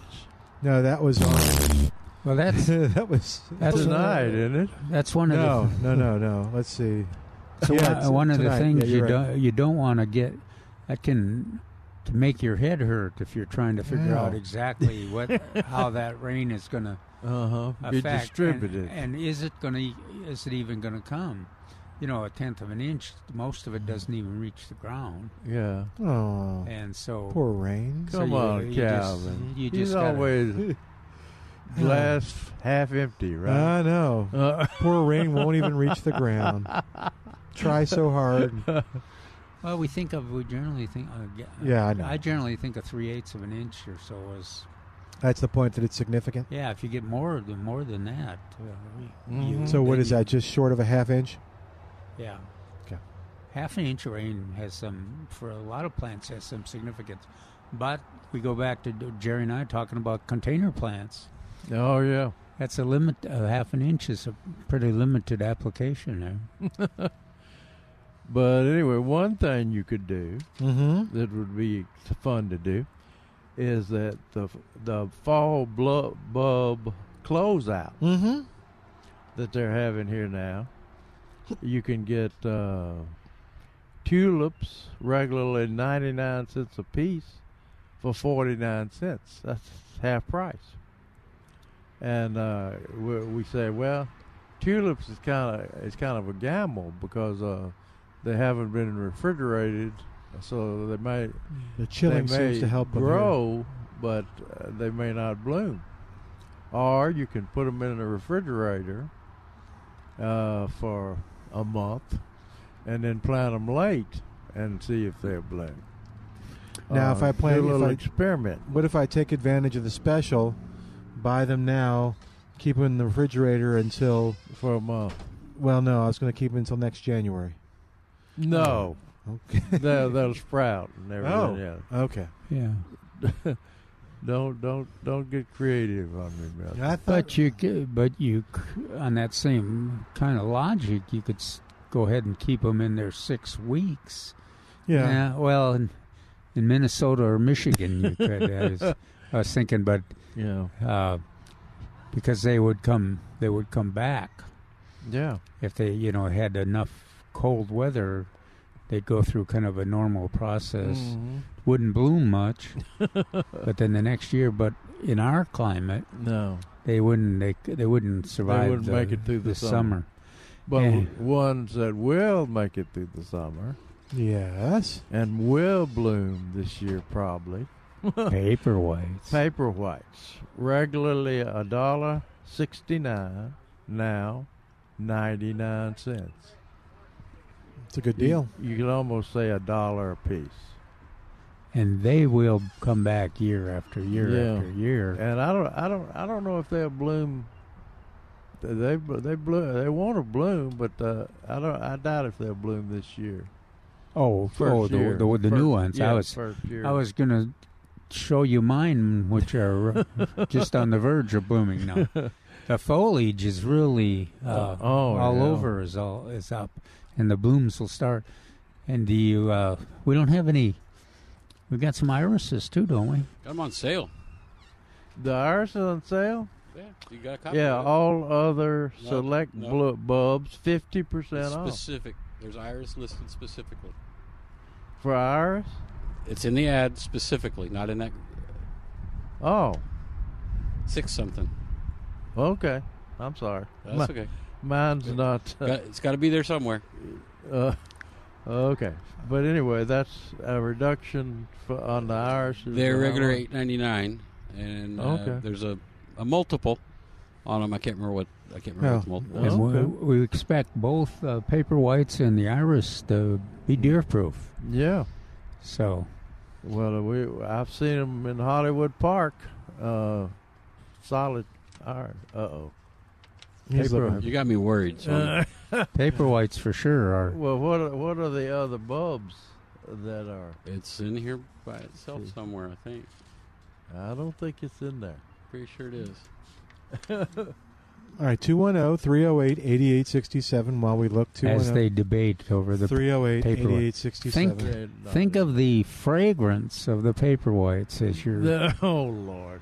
S3: No, that was on.
S6: Well, that's
S3: that was
S6: That's
S4: tonight,
S6: uh,
S4: isn't it?
S6: that's one of
S3: no,
S6: the
S3: no, no, no. Let's see.
S6: So one-
S3: Yeah, it's- uh,
S6: one of the
S3: tonight.
S6: things
S3: Yeah,
S6: you
S3: you're right.
S6: don't you don't want to get that can to make your head hurt if you're trying to figure
S3: Yeah.
S6: out exactly what how that rain is going to
S3: Uh-huh.
S4: Uh huh. Be
S6: affect and-
S4: distributed.
S6: and, is it going to is it even going to come? You know, a tenth of an inch, most of it doesn't
S3: Mm-hmm.
S6: even reach the ground,
S4: yeah.
S3: Oh,
S6: and so
S3: poor rain.
S6: so
S4: Come
S6: you-
S4: on,
S6: you just-
S4: Calvin.
S6: you
S4: He's
S6: just gotta-
S4: always glass half empty, right?
S3: I know.
S4: Uh,
S3: Poor rain won't even reach the ground. Try so hard.
S6: Well, we think of we generally think. Uh, ge-
S3: Yeah, I know.
S6: I generally think of three eighths of an inch or so as
S3: That's the point that it's significant.
S6: yeah. If you get more than more than that, uh,
S3: Mm-hmm.
S6: you-
S3: So what
S6: then
S3: is
S6: you-
S3: that? Just short of a half inch?
S6: Yeah.
S3: Okay.
S6: Half an inch of rain has some, for a lot of plants, has some significance. But we go back to Jerry and I talking about container plants.
S4: oh yeah.
S6: That's a limit. Uh, half an inch is a pretty limited application there.
S4: But anyway, one thing you could do
S3: Mm-hmm.
S4: that would be fun to do is that the the fall blu- bulb closeout
S3: Mm-hmm.
S4: that they're having here now, you can get uh, tulips regularly ninety nine cents a piece for forty nine cents. That's half price. And uh, we, we say, well, tulips is kind of it's kind of a gamble because uh, they haven't been refrigerated, so they might
S3: The chilling
S4: they may
S3: seems to help them here.
S4: grow, but uh, they may not bloom. Or you can put them in a refrigerator uh, for a month, and then plant them late and see if they'll bloom. Uh,
S3: Now, if I plant-
S4: Um, do
S3: if
S4: a little
S3: I-
S4: experiment,
S3: What if I take advantage of the special, buy them now, keep them in the refrigerator until?
S4: for a month.
S3: Well, no, I was going to keep them until next January.
S4: No, they'll, they'll sprout and everything.
S3: Oh.
S4: else.
S3: Okay.
S6: Yeah.
S4: Don't don't don't get creative on me, brother.
S3: I thought
S6: But you, c- but you, c- on that same kind of logic, you could s- go ahead and keep them in there six weeks.
S3: yeah.
S6: well, in, in Minnesota or Michigan, you could. I was, I was thinking, but
S4: Yeah,
S6: uh, because they would come they would come back
S4: yeah.
S6: if they you know had enough cold weather they'd go through kind of a normal process
S4: Mhm.
S6: wouldn't bloom much but then the next year but in our climate
S4: No.
S6: they wouldn't they, c- they wouldn't survive
S4: wouldn't
S6: the,
S4: make it through the
S6: the
S4: summer. But
S6: Yeah.
S4: w- ones that will make it through the summer
S3: Yes.
S4: and will bloom this year probably.
S6: paper whites
S4: Paper whites, regularly a dollar sixty nine, now ninety nine cents.
S3: It's a good
S4: You-
S3: deal.
S4: You, can almost say a dollar a piece.
S6: and they will come back year after year
S4: Yeah.
S6: after year
S4: And I don't, I don't, I don't know if they'll bloom. They they bloom. They want to bloom, but uh, I don't. I doubt if they'll bloom this year.
S6: oh
S4: First
S6: oh the,
S4: year.
S6: the, the
S4: First-
S6: new ones
S4: yeah,
S6: i was
S4: first year.
S6: I was going to show you mine, which are uh, just on the verge of blooming now. The foliage is really uh,
S4: Oh,
S6: all
S4: yeah.
S6: over is all is up, and the blooms will start. And do you? Uh, we don't have any. We've got some irises too, don't we?
S5: Got them on sale.
S4: The iris is on sale.
S5: Yeah, you got a copy.
S4: Yeah,
S5: of it.
S4: all other
S5: No,
S4: select
S5: no.
S4: blu bulbs fifty percent
S5: It's
S4: off
S5: specific. There's iris listed specifically.
S4: for Iris.
S5: It's in the ad specifically, not in that
S4: Oh,
S5: six something.
S4: okay. I'm sorry.
S5: That's
S4: Mi-
S5: okay.
S4: Mine's not.
S5: Got- it's got to be there somewhere.
S4: Uh, okay, but anyway, that's a reduction for, on the Iris.
S5: They're regular eight ninety nine, and uh,
S4: Okay.
S5: there's a, a multiple on them. I can't remember what I can't remember
S3: No.
S5: what the multiple.
S4: No.
S5: is.
S6: And we,
S4: Okay.
S6: we expect both uh, paper whites and the iris to be deer proof.
S4: Yeah.
S6: So
S4: Well, we I've seen them in Hollywood Park. Uh, solid Iris. Uh oh.
S3: He's
S4: Paper.
S3: looking.
S5: You got me worried. So I'm-
S3: Uh,
S6: paper whites for sure are.
S4: Well, what are, what are the other bulbs that are?
S5: it's in here by itself somewhere. I think.
S4: I don't think it's in there.
S5: Pretty sure it is.
S3: All right, 210 308 8867 while we look.
S6: as
S3: 210
S6: they debate over the
S3: 308
S6: paperwork.
S3: 8867.
S4: They're not
S6: Think
S4: in
S6: of the fragrance of the paper whites as your.
S4: there. oh Lord,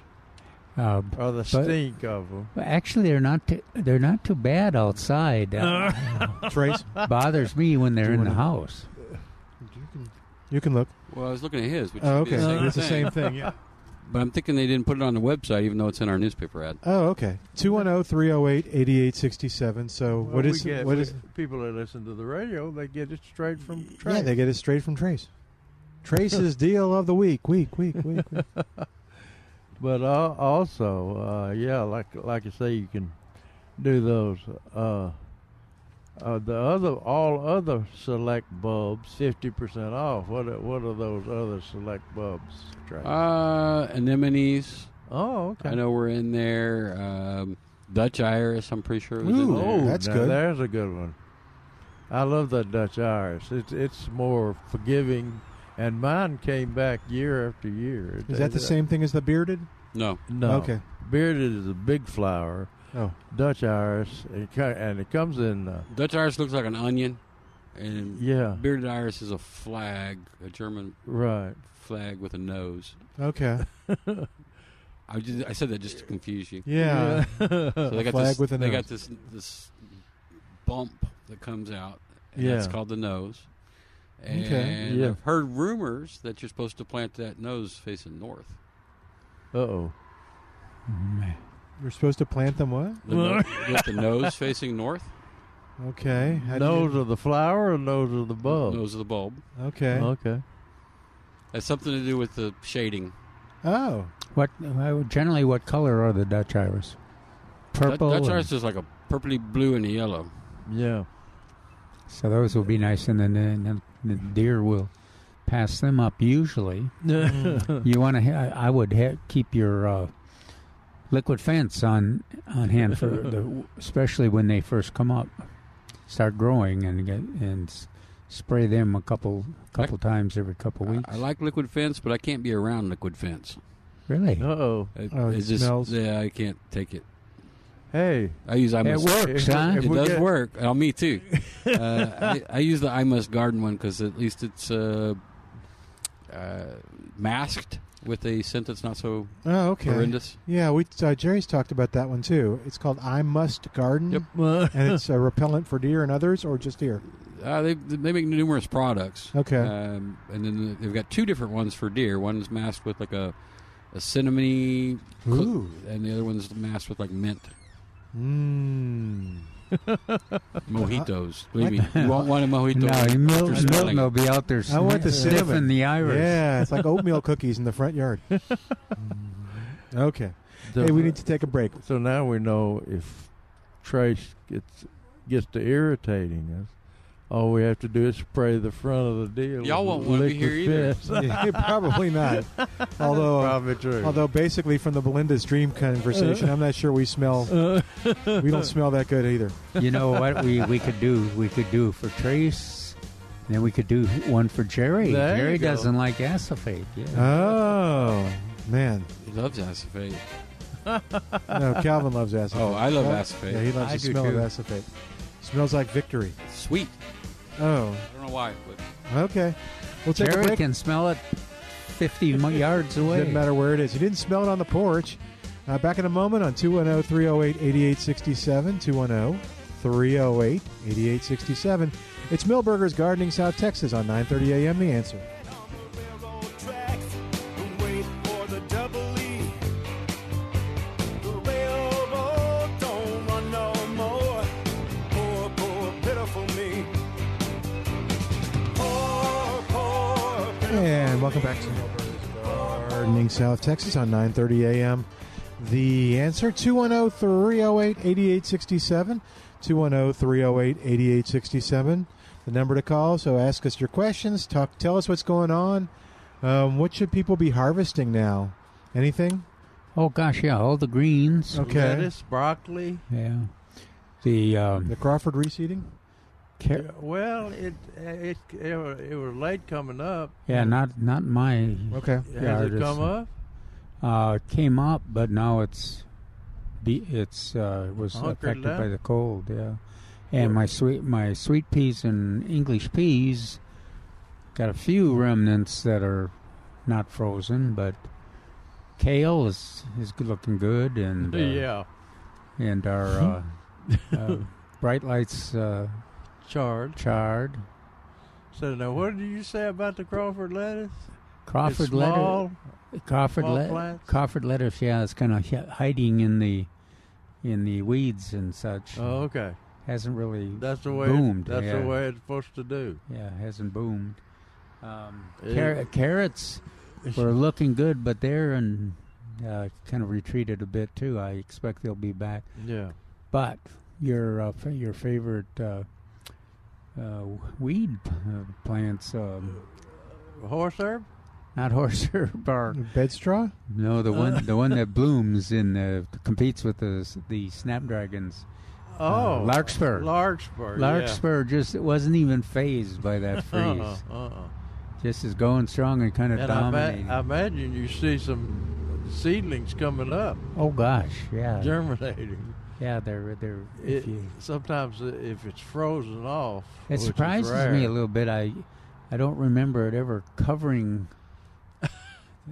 S6: uh,
S4: or Oh, the stink of them.
S6: actually, they're not too, they're not too bad outside. Uh,
S3: Trace,
S6: bothers me when they're
S3: Do you
S6: in the
S3: wanna-
S6: house.
S3: you can look.
S5: Well, I was looking at his, which
S3: Oh,
S5: would be
S3: okay.
S5: the same
S3: It's the
S5: thing.
S3: same thing. Yeah.
S5: But I'm thinking they didn't put it on the website, even though it's in our newspaper ad.
S3: Oh, okay. 210 308 8867. So,
S4: Well,
S3: what
S4: we
S3: is
S4: get-
S3: what
S4: we-
S3: is
S4: people that listen to the radio? They get it straight from
S3: Yeah,
S4: Trace.
S3: they get it straight from Trace. Trace's deal of the week, week, week, week. week.
S4: But uh, also, uh, yeah, like like I say, you can do those. Uh, uh, the other, all other select bulbs, fifty percent off. What are, what are those other select bulbs? Trace?
S5: Uh, anemones.
S4: oh, okay.
S5: I know we're in there. Um, Dutch iris. I'm pretty sure it was in
S3: Ooh.
S5: there.
S4: Oh,
S3: That's
S4: now
S3: good.
S4: There's a good one. I love that Dutch iris. It's it's more forgiving, and mine came back year after year. uh,
S3: Is that the same thing as the bearded?
S5: uh, No,
S4: No.
S3: Okay.
S4: Bearded is a big flower.
S3: Oh,
S4: Dutch iris, it co- and it comes in. Uh,
S5: Dutch iris looks like an onion, and
S4: yeah,
S5: bearded iris is a flag, a German
S4: right.
S5: flag with a nose.
S3: okay.
S5: I, just, I said that just to confuse you.
S3: Yeah.
S5: So they got
S3: flag
S5: this,
S3: with a
S5: They
S3: nose.
S5: got this this bump that comes out. And That's
S4: Yeah.
S5: called the nose. And
S3: Okay,
S4: yeah.
S5: I've heard rumors that you're supposed to plant that nose facing north.
S4: Uh oh.
S3: You're supposed to plant them what?
S5: The, no- with the nose facing north,
S3: Okay. How do
S4: Nose of the flower or nose of the bulb?
S5: nose of the bulb.
S3: you- Oh. okay.
S4: Okay.
S5: That's something to do with the shading.
S3: Oh,
S6: What uh, generally, what color are the Dutch iris? Purple.
S5: Dutch
S6: and-
S5: iris is like a purpley blue and a yellow.
S4: Yeah.
S6: So those will be nice, and then and then the deer will pass them up. Usually, you want to. Ha- I would ha- keep your uh, liquid fence on on hand for the, especially when they first come up, start growing, and get and s- spray them a couple couple times every
S4: Uh,
S6: couple weeks.
S5: I like liquid fence, but I can't be around liquid fence.
S6: really.
S4: Uh oh.
S5: It,
S3: Oh, it
S5: it's just-
S3: smells.
S5: Yeah, I can't take it.
S4: Hey.
S5: I use I
S6: It
S5: must.
S6: works, huh?
S4: If
S5: It
S4: we
S5: does
S4: get-
S5: work on me too. Uh, I, I use the I must garden one because at least it's uh, uh, masked with a scent that's not so
S3: oh, okay.
S5: horrendous.
S3: Yeah, we uh, Jerry's talked about that one too. It's called I Must Garden,
S5: Yep.
S3: and it's a repellent for deer and others, or just deer.
S5: Uh, they they make numerous products.
S3: Okay.
S5: Um, and then they've got two different ones for deer. One's masked with like a a cinnamony, cook-
S3: Ooh.
S5: and the other one's masked with like mint
S3: Mmm.
S6: Uh-huh.
S5: mojitos. Believe me, you won't want a mojito.
S6: No,
S5: after
S6: Milton,
S5: smelling
S6: Milton
S5: it.
S6: will be out there
S3: I want the cinnamon.
S6: sniffing the iris.
S3: Yeah, it's like oatmeal cookies in the front yard. okay. Hey, we need to take a break.
S4: So now we know if Trace gets gets to irritating us, all we have to do is spray the front of the deal.
S5: Y'all
S4: with
S5: won't wanna be
S4: liquid
S5: here either.
S4: fist.
S3: Yeah, probably not. Although,
S4: Probably true.
S3: although basically from the Belinda's dream conversation, I'm not sure we smell. we don't smell that good either.
S6: you know what we, we could do? We could do for Trace, and then we could do one for Jerry.
S4: There you
S6: Jerry
S4: go.
S6: doesn't like acephate. Yeah.
S3: Oh man,
S5: He loves acephate.
S3: no. Calvin loves acephate.
S5: Oh, I love
S3: Cal-
S5: acephate.
S3: Yeah, he loves
S6: I
S3: the
S6: do
S3: smell of
S6: too.
S3: acephate. Smells like victory.
S5: Sweet.
S3: Oh,
S5: I don't know why, but
S3: okay. We'll take a
S6: Jerry
S3: break.
S6: can smell it 50 mi- yards away.
S3: Doesn't matter where it is. He didn't smell it on the porch. Uh, back in a moment on oh, 210 308 8867. 210 308 8867. It's Millburgers Gardening, South Texas on 930 a.m. The answer.
S7: on the railroad tracks and wait for the double E. The railroad don't run no more. Poor, poor, pitiful me. Poor, poor, pitiful
S3: And welcome back to Millburgers Gardening, South Texas on 9:30 a.m. The answer oh, 210-308-8867, oh, 210-308-8867. The number to call. So ask us your questions. Talk. Tell us what's going on. Um, what should people be harvesting now? Anything?
S6: Oh gosh, yeah, all the greens.
S3: Okay.
S4: Lettuce, broccoli.
S6: Yeah, the um,
S3: The Crawford reseeding.
S6: ca-
S4: Well, it it it, wa- it was late coming up.
S6: yeah, not not my.
S3: Okay.
S4: Has
S6: Yeah, it
S4: it
S6: is.
S4: come up?
S6: Uh, it came up, but now it's be it's uh, it was
S4: Hunkered
S6: affected by
S4: down.
S6: the cold. Yeah, and my sweet my sweet peas and English peas got a few remnants that are not frozen, but kale is is good- looking good, and uh,
S4: yeah,
S6: and our
S4: Hmm?
S6: uh, uh, bright lights uh,
S4: charred.
S6: charred
S4: So now, what did you say about the Crawford lettuce? It's
S6: Crawford letter
S4: small.
S6: Crawford
S4: Small
S6: le-
S4: plants?
S6: Crawford lettuce, yeah, it's kind of hiding in the in the weeds and such.
S4: Oh, okay.
S6: hasn't really,
S4: That's the way.
S6: Boomed,
S4: that's
S6: yeah.
S4: the way it's supposed to do.
S6: yeah, hasn't boomed. Um,
S4: It-
S6: car- carrots were looking good, but they're in, uh, kind of retreated a bit too. I expect they'll be back.
S4: Yeah.
S6: But your uh, fa- your favorite uh, uh, weed uh, plants, um,
S4: Horse herb.
S6: not horserb, are
S3: Bed straw.
S6: No, the
S4: Uh.
S6: one the one that blooms in the competes with the s- the snapdragons. Uh,
S4: Oh,
S6: larkspur.
S4: Larkspur.
S6: Larkspur just wasn't even phased by that
S4: Yeah.
S6: freeze.
S4: Uh-uh, uh-uh.
S6: Just is going strong and kind of
S4: And I,
S6: dominating.
S4: ma- I imagine you see some seedlings coming up,
S6: oh gosh, yeah,
S4: germinating.
S6: yeah. They're they're.
S4: It,
S6: if you,
S4: sometimes i- if it's frozen off,
S6: it
S4: which is
S6: surprises
S4: rare,
S6: me a little bit. I I don't remember it ever covering.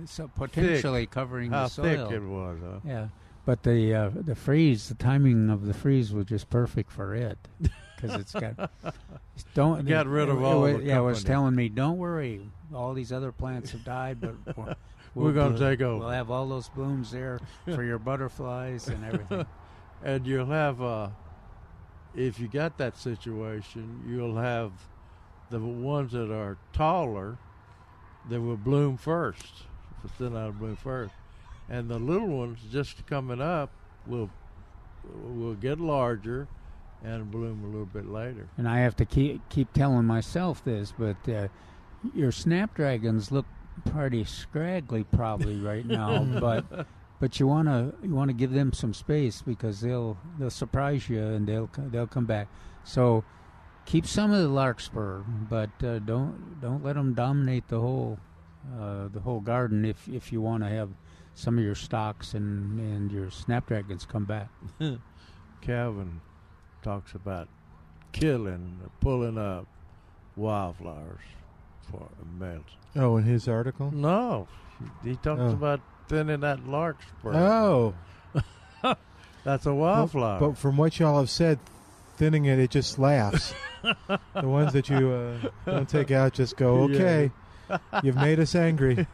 S6: so potentially covering
S4: How
S6: the soil.
S4: thick it was. Huh?
S6: Yeah, but the uh, the freeze, the timing of the freeze was just perfect for it because it's got don't
S4: Got rid of all
S6: It,
S4: the
S6: yeah, it was
S4: company.
S6: telling me, don't worry, all these other plants have died, but we're,
S4: We're gonna
S6: bloom-
S4: take over."
S6: We'll have all those blooms there for your butterflies and everything.
S4: And you'll have, uh, if you got that situation, you'll have the ones that are taller that will bloom first, then I'll bloom first, and the little ones just coming up will will get larger and bloom a little bit later.
S6: and I have to keep keep telling myself this, but uh, your snapdragons look pretty scraggly probably right now, but but you want to you want to give them some space because they'll they'll surprise you and they'll co- they'll come back. So keep some of the larkspur, but uh, don't don't let them dominate the whole uh, the whole garden if if you want to have some of your stocks and and your snapdragons come back.
S4: Calvin talks about killing, pulling up wildflowers for a melt.
S3: Oh, in his article.
S4: No, he talks
S3: Oh.
S4: about thinning that larkspur.
S3: Oh,
S4: That's a wildflower.
S3: But from what y'all have said, thinning it, it just laughs. the ones that you uh, don't take out just go,
S4: Yeah.
S3: okay, you've made us angry.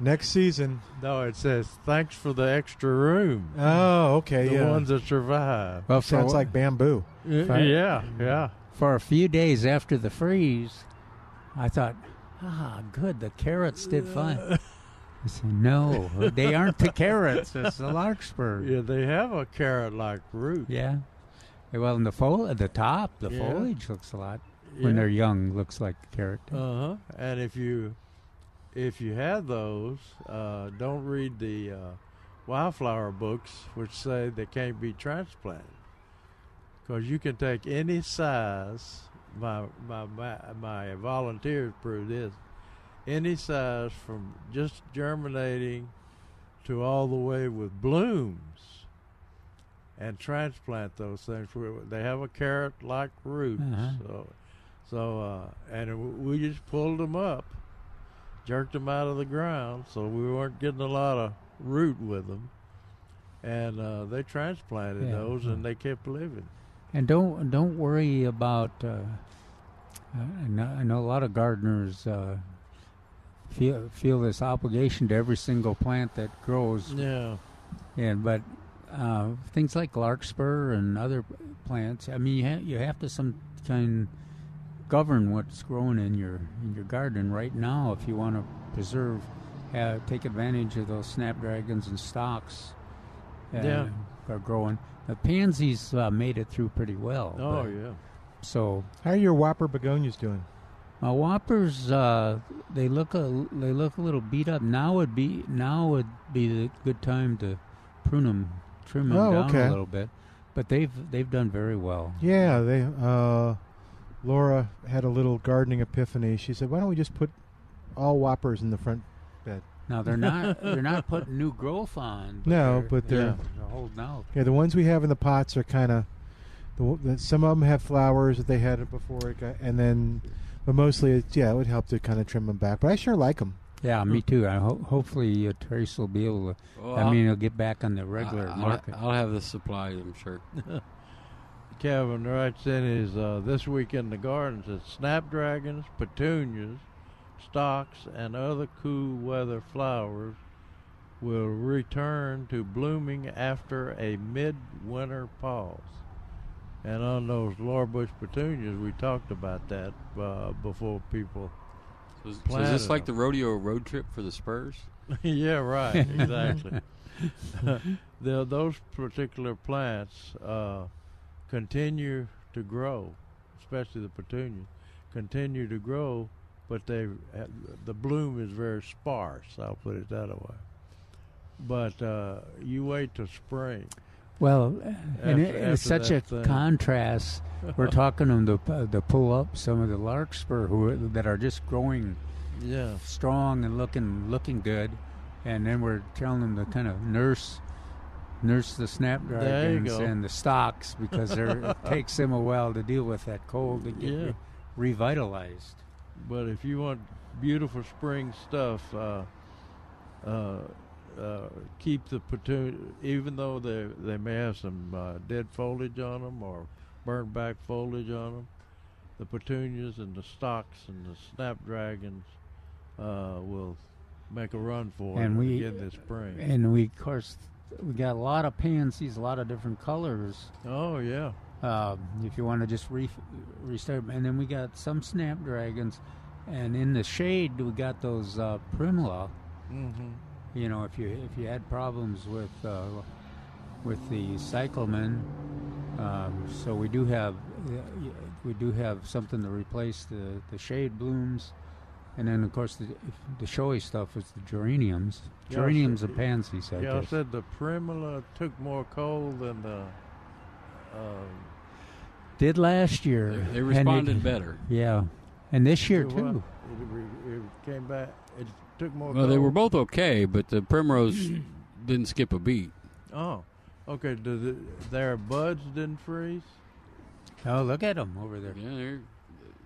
S3: Next season.
S4: no, it says thanks for the extra room.
S3: Oh, okay.
S4: the
S3: yeah.
S4: ones that survive.
S6: Well,
S3: Sounds like bamboo.
S6: Right.
S4: Yeah, yeah.
S6: for a few days after the freeze, I thought, ah, good, the carrots did fine. I said, no, they aren't the carrots. It's the larkspur.
S4: Yeah, they have a carrot-like root.
S6: Yeah. Well, and the fol- the top, the
S4: Yeah.
S6: foliage looks a lot when
S4: Yeah.
S6: they're young. Looks like a carrot.
S4: Uh-huh. And if you if you have those, uh, don't read the uh, wildflower books which say they can't be transplanted. Because you can take any size, my, my my my volunteers prove this, any size from just germinating to all the way with blooms, and transplant those things. Where they have a carrot-like root,
S6: Uh-huh.
S4: so so, uh, and w- we just pulled them up, jerked them out of the ground, so we weren't getting a lot of root with them. and uh, they transplanted
S6: Yeah.
S4: those, and they kept living.
S6: And don't don't worry about. Uh, I know, I know a lot of gardeners uh, feel feel this obligation to every single plant that grows,
S4: Yeah,
S6: and but uh, things like larkspur and other plants. I mean, you ha- you have to some kind govern what's growing in your in your garden right now if you want to preserve, uh, take advantage of those snapdragons and stocks. uh,
S4: Yeah.
S6: are growing. The pansies uh, made it through pretty well.
S4: oh
S6: but-
S4: yeah.
S6: So
S3: How are your whopper begonias doing?
S6: my whoppers, uh, they look a they look a little beat up. Now would be now would be the good time to prune them, trim them
S3: Oh,
S6: down
S3: okay.
S6: a little bit. But they've they've done very well.
S3: Yeah, they. Uh, Laura had a little gardening epiphany. She said, "Why don't we just put all whoppers in the front bed?"
S6: Now they're not they're not putting new growth on.
S3: No, but they're-
S6: they're holding out.
S3: Yeah, the ones we have in the pots are kind of. The, w- the- some of them have flowers that they had before it got, and then, but mostly, it, yeah, it would help to kind of trim them back. But I sure like them.
S6: Yeah, me too. I ho- hopefully uh, Trace will be able to.
S5: Well,
S6: I
S5: I'll-
S6: mean, he'll get back on the regular
S5: I'll,
S6: market.
S5: I'll have the supply, I'm sure.
S4: Kevin writes in his uh, this week in the gardens it's snapdragons, petunias, stocks, and other cool weather flowers will return to blooming after a midwinter pause. And on those laurel bush petunias, we talked about that uh, before people.
S5: So is, so is
S4: Planted
S5: this like the
S4: them.
S5: rodeo road trip for the Spurs?
S4: yeah, right, exactly. the, those particular plants uh, continue to grow, especially the petunias, continue to grow, but they uh, the bloom is very sparse. I'll put it that way. But uh, you wait till spring.
S6: Well, and it,
S4: After-
S6: it's
S4: after
S6: such a
S4: that thing.
S6: contrast. We're talking to them to, to pull up some of the larkspur who are- that are just growing
S4: Yeah,
S6: strong and looking looking good, and then we're telling them to kind of nurse nurse the snapdragons
S4: go.
S6: and the stocks because they're, it takes them a while to deal with that cold and get
S4: Yeah.
S6: re- revitalized.
S4: but if you want beautiful spring stuff, uh, uh, uh, keep the petun. Even though they they may have some uh, dead foliage on them or burned back foliage on them, the petunias and the stocks and the snapdragons uh, will make a run for
S6: And
S4: it
S6: we-
S4: again this spring.
S6: And we of course we got a lot of pansies, a lot of different colors.
S4: Oh yeah,
S6: um, if you want to just re- restart. And then we got some snapdragons, and in the shade we got those uh, primula. Mm-hmm. You know, if you if you had problems with uh, with the cyclamen, um, so we do have we do have something to replace the the shade blooms. And then, of course, the, the showy stuff is the geraniums,
S4: Yeah, I
S6: geraniums
S4: said-
S6: and pansies. I
S4: yeah. I
S6: guess.
S4: said the primula took more cold than the. Uh,
S6: did last year.
S5: They,
S6: and
S5: they
S6: it-
S5: responded better.
S6: Yeah, and this year
S4: It wa-
S6: too.
S4: It, re- it came back. It took more.
S5: Well, they were
S4: gold.
S5: both okay, but the primrose didn't skip a beat.
S4: Oh, okay. Do the, their buds didn't freeze?
S6: Oh, look at them over there.
S5: Yeah, they're,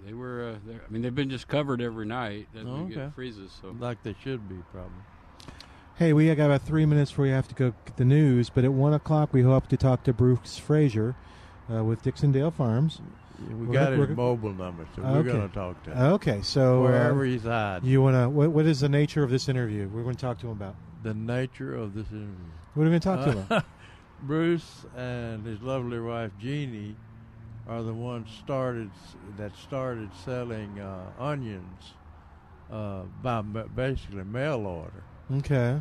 S5: they were. Uh, they're, I mean, they've been just covered every night. That
S4: Oh,
S5: we get
S4: okay.
S5: freezes. So
S4: Like they should be, probably.
S3: Hey, we got about three minutes before we have to go get the news. But at one o'clock, we hope to talk to Bruce Fraser uh, with Dixondale Farms.
S4: We
S3: Well,
S4: got
S3: that-
S4: his
S3: we're-
S4: mobile number, so we're
S3: Okay.
S4: gonna talk to him
S3: Okay, so uh,
S4: wherever he's at.
S3: you want to? What, what is the nature of this interview? We're going to talk to him about.
S4: The nature of this interview. Uh,
S3: What are we going to talk to him about?
S4: Bruce and his lovely wife Jeannie are the ones started that started selling uh, onions uh, by ma- basically mail order.
S3: Okay.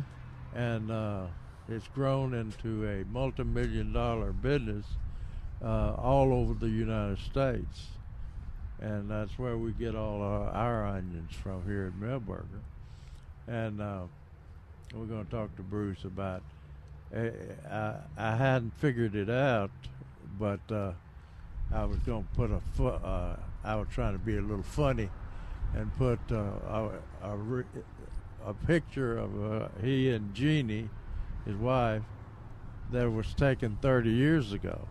S4: and uh, it's grown into a multi-million dollar business uh, all over the United States, and that's where we get all our, our onions from here at Millburger. And uh, we're going to talk to Bruce about. I, I, I hadn't figured it out, but uh, I was going to put a. Fu- uh, I was trying to be a little funny, and put uh, a, a, re- a picture of uh, he and Jeannie, his wife, that was taken 30 years ago,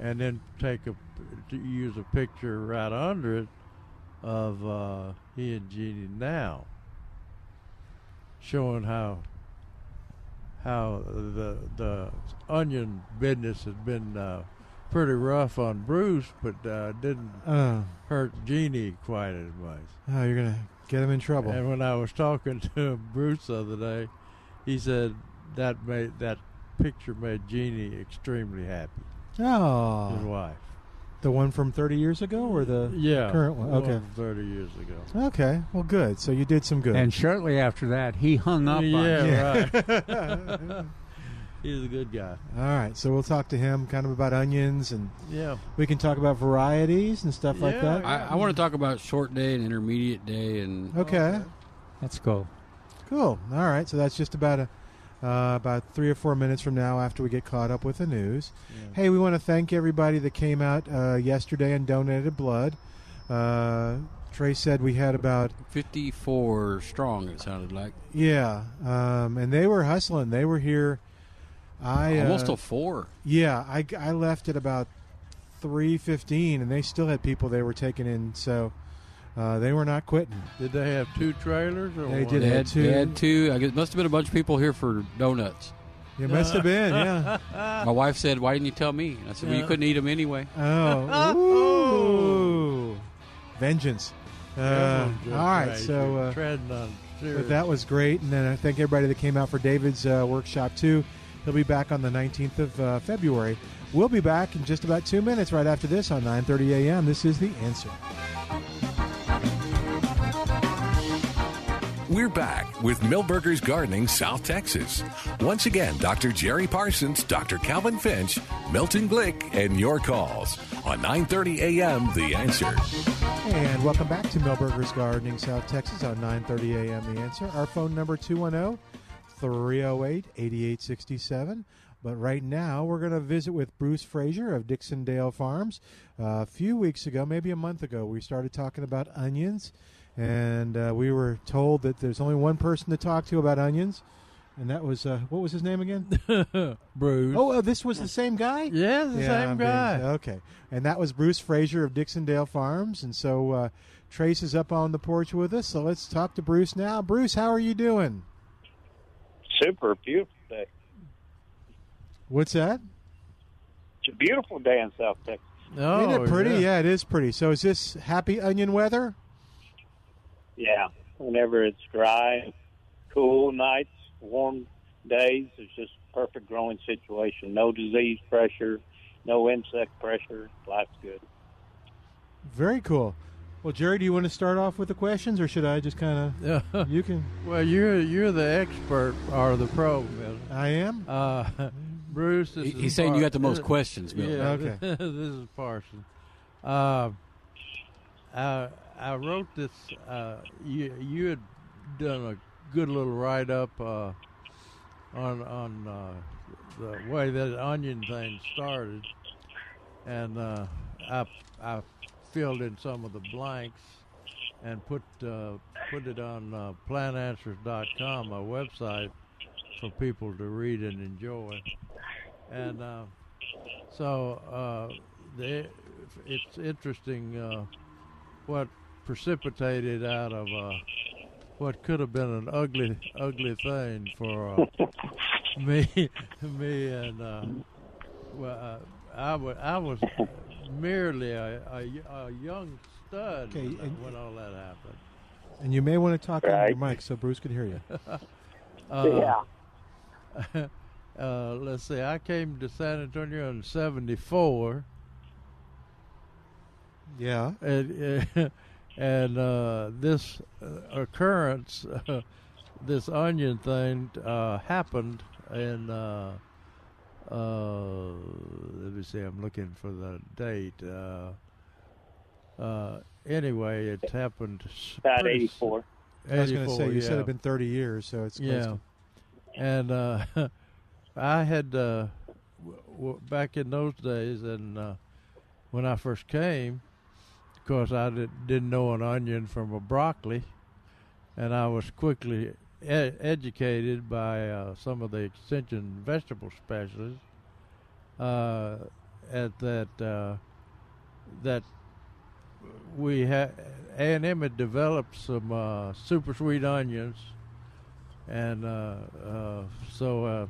S4: and then take a to use a picture right under it of uh, he and Jeannie now, showing how how the the onion business has been uh, pretty rough on Bruce, but uh, didn't
S3: Oh,
S4: hurt Jeannie quite as much.
S3: oh, you're gonna get him in trouble.
S4: And when I was talking to Bruce the other day, he said that made that picture made Jeannie extremely happy. His
S3: Oh,
S4: wife.
S3: the one from 30 years ago, or the
S4: Yeah.
S3: current one. Okay.
S4: from Thirty years ago.
S3: Okay. Well, good. So you did some good.
S6: And shortly after that, he hung up on
S4: yeah,
S6: you.
S4: right. He's a good guy.
S3: All right. So we'll talk to him kind of about onions, and
S4: Yeah.
S3: we can talk about varieties and stuff like
S4: Yeah,
S3: that.
S5: I, I want to talk about short day and intermediate day and
S3: okay.
S6: Let's go.
S3: Cool. All right. So that's just about a, uh, about three or four minutes from now after we get caught up with the news. Hey, we want to thank everybody that came out uh, yesterday and donated blood. Uh, Trey said we had about
S5: 54 strong, it sounded like.
S3: yeah, um, and they were hustling. They were here. I uh,
S5: Almost a four.
S3: Yeah, I, I left at about three fifteen, and they still had people they were taking in, so uh, they were not quitting.
S4: Did they have two trailers or
S3: They
S4: one?
S3: did
S5: They
S3: have
S5: had,
S3: two.
S5: they had two. I guess it must have been a bunch of people here for donuts.
S3: It must have been, yeah.
S5: My wife said, "Why didn't you tell me?" And I said, "Well, you couldn't eat them anyway."
S3: Oh, ooh. vengeance! Uh,
S4: Everyone's
S3: all
S4: good.
S3: right,
S4: Right,
S3: so.
S4: you're
S3: Uh,
S4: treading on
S3: But
S4: serious-
S3: that was great, and then I thank everybody that came out for David's uh, workshop too. He'll be back on the 19th of uh, February. We'll be back in just about two minutes, right after this, on 9:30 a.m. This is the answer.
S2: We're back with Millburgers Gardening South Texas. Once again, Dr. Jerry Parsons, Dr. Calvin Finch, Milton Glick, and your calls on 9:30 a.m. The Answer.
S3: And welcome back to Millburgers Gardening, South Texas, on 9:30 a.m. The answer. Our phone number 210-308-8867. But right now, we're going to visit with Bruce Frazier of Dixondale Farms. Uh, a few weeks ago, maybe a month ago, we started talking about onions, and uh, we were told that there's only one person to talk to about onions, and that was uh, what was his name again?
S4: Bruce.
S3: oh, uh, this was the same guy.
S4: yeah, the
S3: Yeah, I'm
S4: same
S3: being-
S4: guy.
S3: okay, and that was Bruce Frazier of Dixondale Farms, and so uh, Trace is up on the porch with us. So let's talk to Bruce now. Bruce, how are you doing?
S8: super beautiful day.
S3: What's that?
S8: It's a beautiful day in South Texas.
S4: oh,
S3: Isn't it pretty?
S4: Yeah.
S3: it is pretty. So is this happy onion weather?
S8: Yeah, whenever it's dry, cool nights, warm days, it's just perfect growing situation. No disease pressure, no insect pressure. Life's good.
S3: Very cool. Well, Jerry, do you want to start off with the questions, or should I just kind of? you can.
S4: well, you're you're the expert or the pro. Bill.
S3: I am.
S4: Uh, Bruce, this
S5: He-
S4: is
S5: he's saying you got the most
S4: this-
S5: questions, Bill.
S4: Yeah,
S3: Okay.
S4: this is Parson. Uh, I, I wrote this. Uh, you, you had done a good little write up uh, on on uh, the way that onion thing started, and uh, I I filled in some of the blanks and put uh, put it on uh, plantanswers.com, my website, for people to read and enjoy. And uh, so uh, the, it's interesting uh, what precipitated out of uh, what could have been an ugly, ugly thing for uh, me, me and uh, well, uh, I wa- I was merely a, a, a young stud
S3: Okay,
S4: when,
S3: and-
S4: when all that happened.
S3: And you may want to talk on
S8: Right.
S3: your mic so Bruce could hear you.
S8: yeah.
S4: uh, let's see, I came to San Antonio in '74,
S3: yeah.
S4: and uh, and uh, this uh, occurrence, this onion thing, uh, happened in. Uh, uh, let me see. I'm looking for the date. Uh, uh, anyway, it happened s-
S8: About
S4: pretty s-
S8: 84.
S3: I was going to
S4: 84,
S3: say you said
S4: yeah.
S3: it'd been 30 years, so it's close
S4: Yeah.
S3: to-
S4: And uh, I had uh, w- w- back in those days, and uh, when I first came, of course, I did, didn't know an onion from a broccoli, and I was quickly e- educated by uh, some of the extension vegetable specialists uh, at that uh, that we had A and M had developed some uh, super sweet onions and uh, uh, so, uh,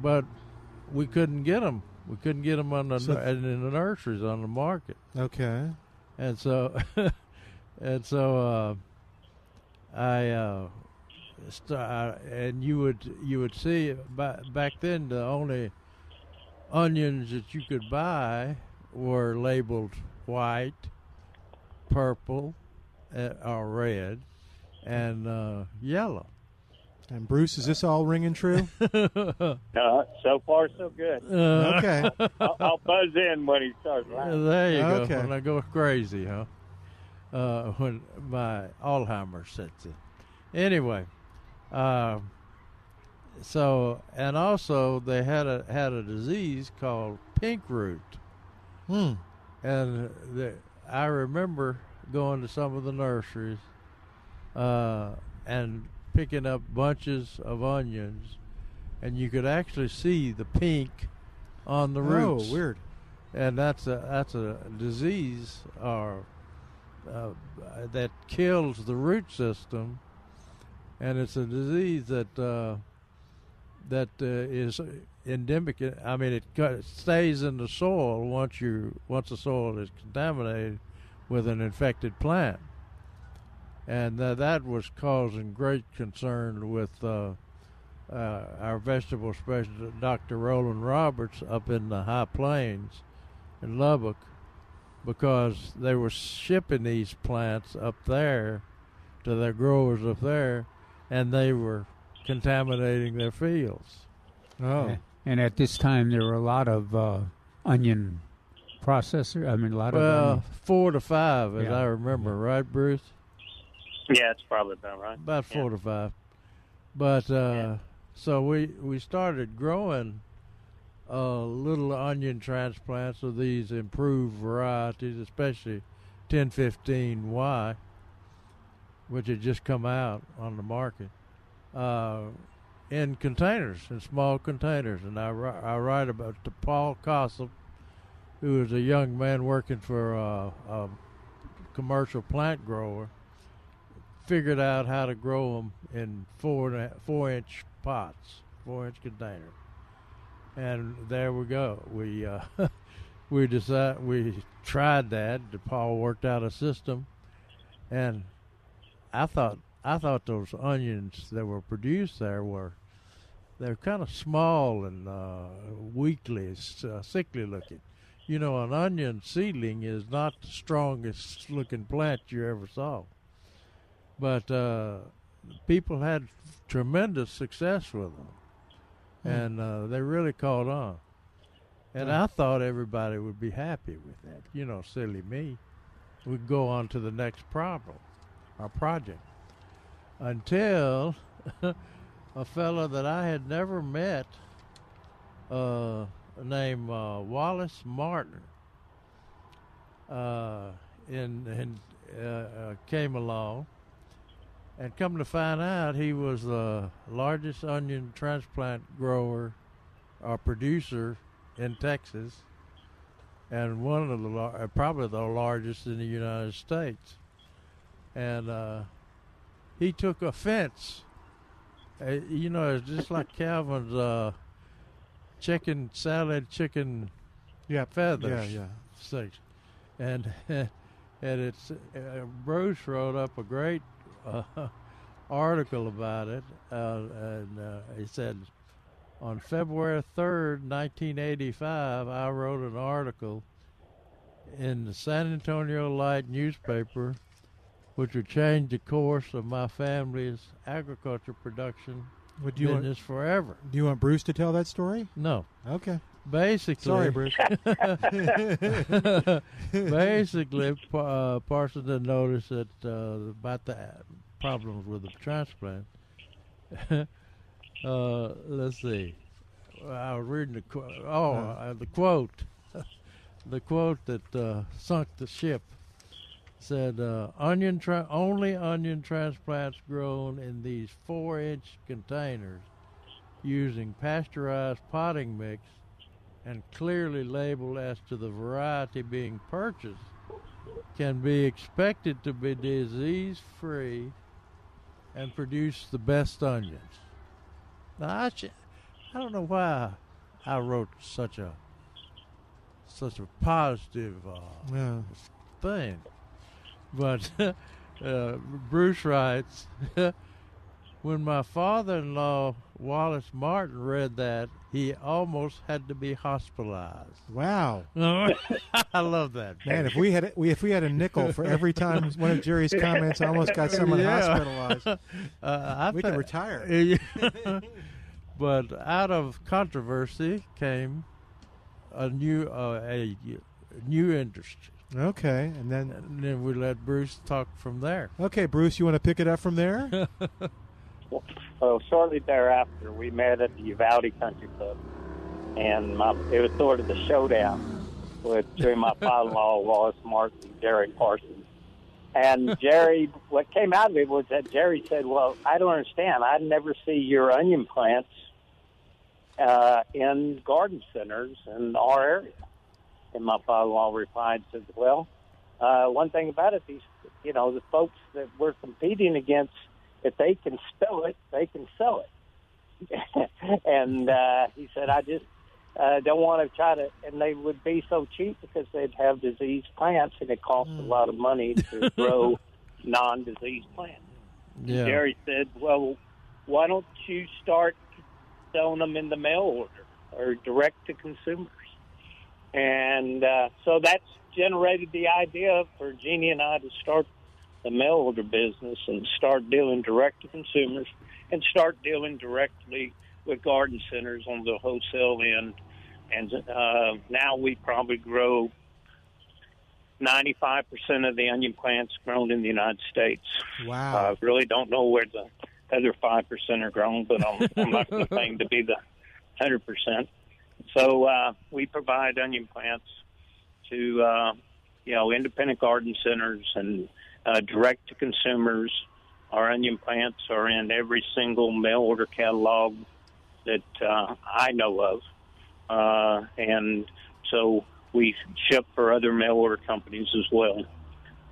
S4: but we couldn't get them. We couldn't get them on the
S3: So-
S4: and in the nurseries on the market,
S3: Okay.
S4: and so, and so uh, I, uh, st- I and you would you would see ba- back then the only onions that you could buy were labeled white, purple, uh, or red, and uh, yellow.
S3: And Bruce, is this all ringing true?
S8: No, Uh, so far so good.
S3: okay.
S8: I'll, I'll buzz in when he starts laughing.
S4: Uh, There you
S3: Okay.
S4: go. When I go crazy, huh? Uh, when my Alzheimer sets in. Anyway, uh, so and also they had a had a disease called pink root,
S3: Hmm.
S4: and the, I remember going to some of the nurseries uh, and picking up bunches of onions, and you could actually see the pink on the roots
S3: Oh, weird.
S4: and that's a that's a disease or uh, that kills the root system, and it's a disease that uh, that uh, is endemic. I mean, it co- it stays in the soil once you once the soil is contaminated with an infected plant, and uh, that was causing great concern with. Uh, uh, our vegetable specialist, Dr. Roland Roberts, up in the High Plains, in Lubbock because they were shipping these plants up there to their growers up there and they were contaminating their fields.
S3: Oh.
S6: And at this time, there were a lot of uh, onion processor. I mean, a lot of
S4: Well,
S6: onion.
S4: four to five, as
S6: Yeah.
S4: I remember, right, Bruce?
S8: Yeah, it's probably about right.
S4: About
S8: Yeah.
S4: four to five. But uh,
S8: Yeah.
S4: so we, we started growing uh, little onion transplants of these improved varieties, especially 1015Y, which had just come out on the market, uh, in containers, in small containers. And I, wri- I write about to Paul Cossop, who was a young man working for uh, a commercial plant grower, figured out how to grow them in four, and a- four inch pots, four inch containers. And there we go. We uh, we decided we tried that. Paul worked out a system, and I thought I thought those onions that were produced there were they're kind of small and uh, weakly, s- uh, sickly looking. You know, an onion seedling is not the strongest looking plant you ever saw, but uh, people had tremendous success with them, and uh, they really caught on. And I thought everybody would be happy with that. You know, silly me. We'd go on to the next problem, our project, until a fellow that I had never met, uh, named uh, Wallace Martin, uh, and, and uh, uh, came along. And come to find out, he was the largest onion transplant grower or producer in Texas, and one of the lar- uh, probably the largest in the United States. And uh, he took offense. Uh, you know, it's just like Calvin's uh, chicken salad, chicken
S3: Yeah.
S4: feathers.
S3: Yeah, yeah.
S4: Six. And and it's uh, Bruce wrote up a great uh, article about it, uh, and uh, he said on February third, nineteen eighty-five, I wrote an article in the San Antonio Light newspaper, which would change the course of my family's agriculture production
S3: Would you want,
S4: business forever.
S3: do you want Bruce to tell that story?
S4: No,
S3: Okay.
S4: basically,
S3: Sorry, Bruce.
S4: basically, Pa- uh, Parsons had noticed that uh, about the problems with the transplant. uh, let's see. I was reading the quote. Oh, uh, the quote. the quote that uh, sunk the ship said, uh, "Onion tra- only onion transplants grown in these four-inch containers using pasteurized potting mix and clearly labeled as to the variety being purchased can be expected to be disease free and produce the best onions. Now, I, sh- I don't know why I wrote such a such a positive uh,
S3: Yeah.
S4: thing, but uh, Bruce writes. When my father in law, Wallace Martin, read that, he almost had to be hospitalized.
S3: Wow,
S4: I love that.
S3: man! If we had we, if we had a nickel for every time one of Jerry's comments almost got someone
S4: Yeah.
S3: hospitalized,
S4: Uh, I
S3: we could
S4: thi-
S3: retire.
S4: Yeah. but out of controversy came a new uh, a new industry,
S3: Okay, and then
S4: and then we let Bruce talk from there.
S3: okay, Bruce, you want to pick it up from there?
S8: Well, shortly thereafter, we met at the Uvalde Country Club, and my, it was sort of the showdown with between my father-in-law Wallace Martin and Jerry Parsons. And Jerry, what came out of it was that Jerry said, "Well, I don't understand. I never see your onion plants uh, in garden centers in our area." And my father-in-law replied, "said Well, uh, one thing about it, these, you know, the folks that we're competing against, if they can spell it, they can sell it. and uh, he said, I just uh, don't want to try to, and they would be so cheap because they'd have diseased plants, and it costs a lot of money to grow non-diseased plants.
S4: Yeah,
S8: Jerry said, "Well, why don't you start selling them in the mail order or direct to consumers?" And uh, so that's generated the idea for Jeannie and I to start the mail order business and start dealing direct to consumers and start dealing directly with garden centers on the wholesale end. And uh, now we probably grow 95% of the onion plants grown in the United States. I
S3: Wow,
S8: really don't know where the other five percent are grown, but I'm, I'm not going to claim to be the hundred percent. So uh, we provide onion plants to uh, you know independent garden centers and uh, direct to consumers. Our onion plants are in every single mail order catalog that uh, I know of, uh, and so we ship for other mail order companies as well.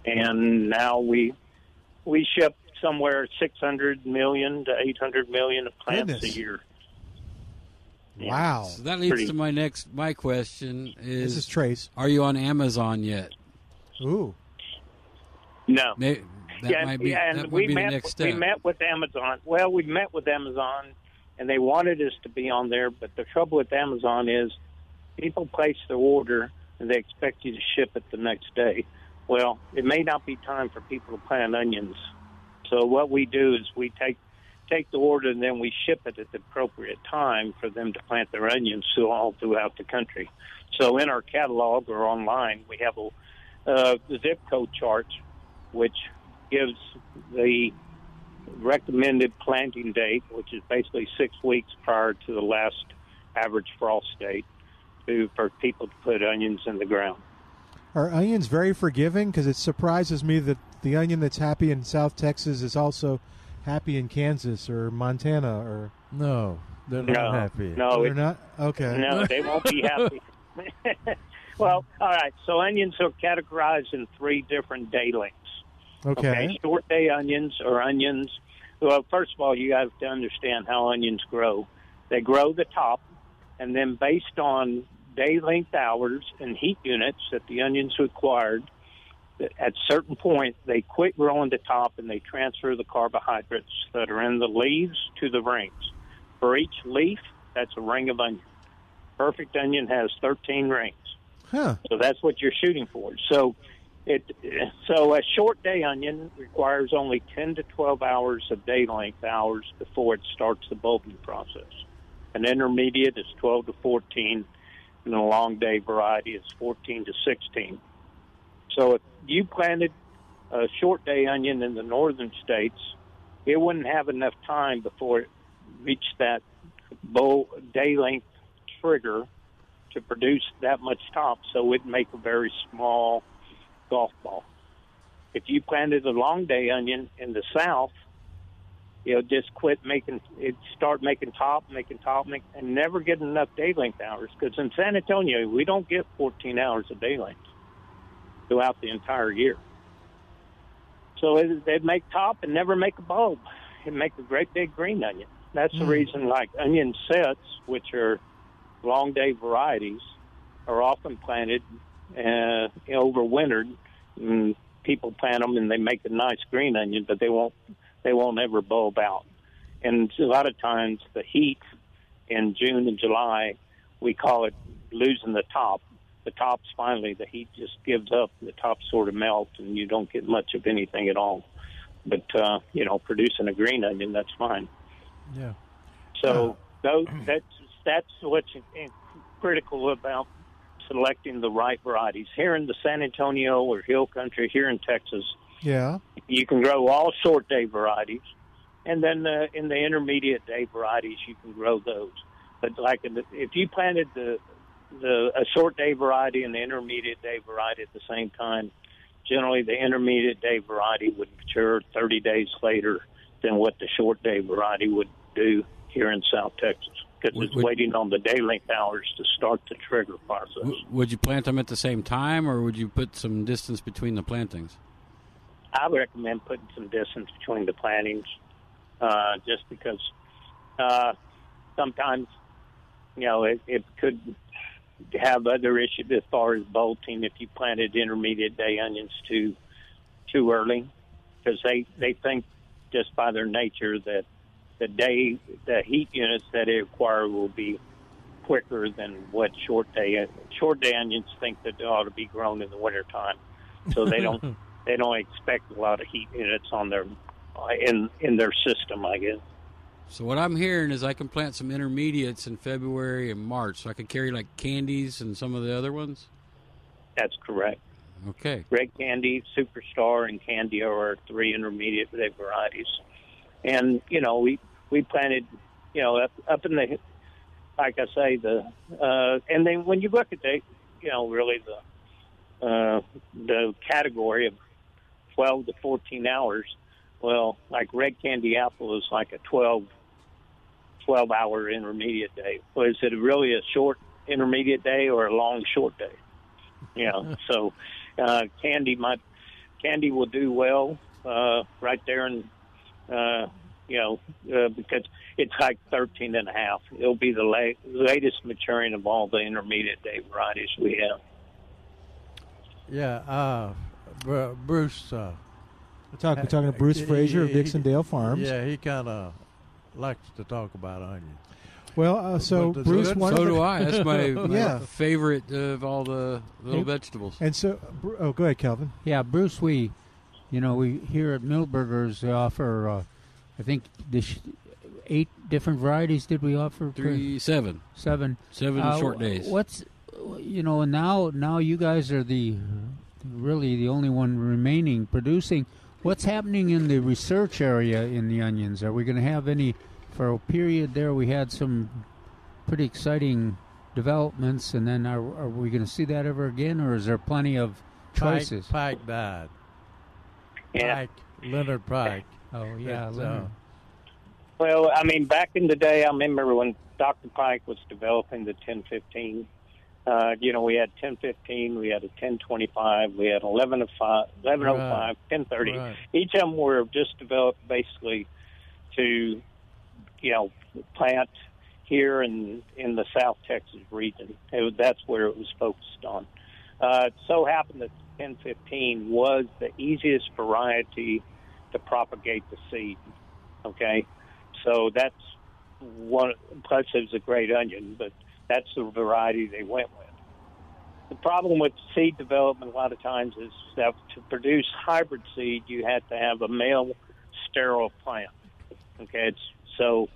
S8: And now we we ship somewhere 600 million to 800 million of plants
S3: Goodness.
S8: a year.
S3: wow!
S5: So that leads
S8: Pretty-
S5: to my next my question is,
S3: This is Trace.
S5: are you on Amazon yet?
S3: Ooh,
S8: No.
S5: May, that
S8: yeah,
S5: might be
S8: yeah, and
S5: that might
S8: we
S5: be
S8: met,
S5: the next
S8: We
S5: step.
S8: met with Amazon. Well, we met with Amazon, and they wanted us to be on there. But the trouble with Amazon is, people place their order and they expect you to ship it the next day. Well, it may not be time for people to plant onions. So what we do is we take take the order and then we ship it at the appropriate time for them to plant their onions to all throughout the country. So in our catalog or online, we have a uh, the zip code chart, which gives the recommended planting date, which is basically six weeks prior to the last average frost date, to for people to put onions in the ground.
S3: are onions very forgiving? Because it surprises me that the onion that's happy in South Texas is also happy in Kansas or Montana or
S4: no, they're not
S8: No,
S4: happy.
S8: no,
S3: they're
S8: it,
S3: not. Okay,
S8: no, they won't be happy. well, all right. So onions are categorized in three different day lengths.
S3: okay,
S8: Short day onions or onions. Well, first of all, you have to understand how onions grow. They grow the top, and then based on day length hours and heat units that the onions required, at certain point they quit growing the top and they transfer the carbohydrates that are in the leaves to the rings. For each leaf, that's a ring of onion. Perfect onion has 13 rings.
S3: huh?
S8: So that's what you're shooting for. So it so a short day onion requires only 10 to 12 hours of day length hours before it starts the bulbing process. An intermediate is 12 to 14, and a long day variety is 14 to 16. So if you planted a short day onion in the northern states, it wouldn't have enough time before it reached that bull day length trigger to produce that much top, so it would make a very small golf ball. If you planted a long day onion in the south, it'll just quit making it start making top, making top, make, and never get enough day length hours. Because in San Antonio, we don't get 14 hours of day length throughout the entire year. So it, they'd make top and never make a bulb. it make a great big green onion. That's the reason, like onion sets, which are long day varieties, are often planted uh, overwintered. And people plant them and they make a nice green onion, but they won't they won't ever bulb out. And a lot of times, the heat in June and July, we call it losing the top. The top's finally the heat just gives up. The top sort of melts, and you don't get much of anything at all. But uh, you know, producing a green onion, that's fine.
S4: Yeah.
S8: So those, that's that's what's in- in- critical about selecting the right varieties. Here in the San Antonio or Hill Country, here in Texas,
S3: Yeah.
S8: you can grow all short day varieties, and then uh, in the intermediate day varieties, you can grow those. But like in the, if you planted the the a short day variety and the intermediate day variety at the same time, generally the intermediate day variety would mature 30 days later than what the short day variety would do here in South Texas because
S5: Would-
S8: it's
S5: would-
S8: waiting on the day length hours to start the trigger process.
S5: W- would you plant them at the same time, or would you put some distance between the plantings?
S8: I would recommend putting some distance between the plantings, uh, just because uh, sometimes you know it, it could have other issues as far as bolting if you planted intermediate day onions too too early, because they they think just by their nature that the day the heat units that it require will be quicker than what short day short day onions think that they ought to be grown in the wintertime. so they don't they don't expect a lot of heat units on their uh, in in their system. I guess.
S5: So what I'm hearing is I can plant some intermediates in February and March, so I can carry like candies and some of the other ones.
S8: That's correct.
S5: Okay.
S8: Red candy, superstar, and candy are our three intermediate va- varieties. And you know, we we planted, you know, up up in the, like I say, the uh, and then when you look at the, you know, really the uh, the category of twelve to fourteen hours. Well, like red candy apple is like a 12, 12 hour intermediate day. Well, is it really a short intermediate day or a long short day? You know, so uh, candy might candy will do well uh, right there and uh, you know uh, because it's like 13 and a half. It'll be the la- latest maturing of all the intermediate day varieties we have.
S4: Yeah. Uh, Bru- Bruce. Uh,
S3: We're, talk, we're talking to Bruce
S4: he-
S3: Frazier of
S4: he-
S3: Dixondale Farms.
S4: Yeah, he kind of likes to talk about onions.
S3: Well, uh, so
S4: But does
S3: Bruce,
S4: it-
S3: one
S5: so
S3: of the-
S5: do I. That's my, my
S3: Yeah.
S5: favorite uh, of all the little
S6: Hey.
S5: vegetables.
S3: And so, Bru- oh, go ahead, Calvin.
S6: Yeah, Bruce, we, you know, we here at Millburgers offer, uh, I think, this eight different varieties. Did we offer
S5: Three, seven,
S6: seven?
S5: seven
S6: Uh,
S5: short days.
S6: What's you know now? Now you guys are the really the only one remaining producing. What's happening in the research area in the onions? Are we going to have any? For a period there, we had some pretty exciting developments, and then are, are we going to see that ever again, or is there plenty of choices?
S4: Pike, Pike died.
S8: And
S4: Pike, Leonard Pike.
S6: Oh yeah,
S4: But,
S6: Leonard.
S4: uh,
S8: Well, I mean, back in the day, I remember when Dr. Pike was developing the 1015. Uh, you know, we had 1015, we had a 1025, we had 1105, 1105
S4: Right.
S8: 1030.
S4: Right.
S8: Each of them were just developed basically to, you know, plant here in in the South Texas region. It, was- that's where it was focused on. Uh, it so happened that 1015 was the easiest variety to propagate the seed. Okay, so that's one. Plus, it was a great onion, but that's the variety they went with. The problem with seed development a lot of times is that to produce hybrid seed, you have to have a male sterile plant. Okay, it's, so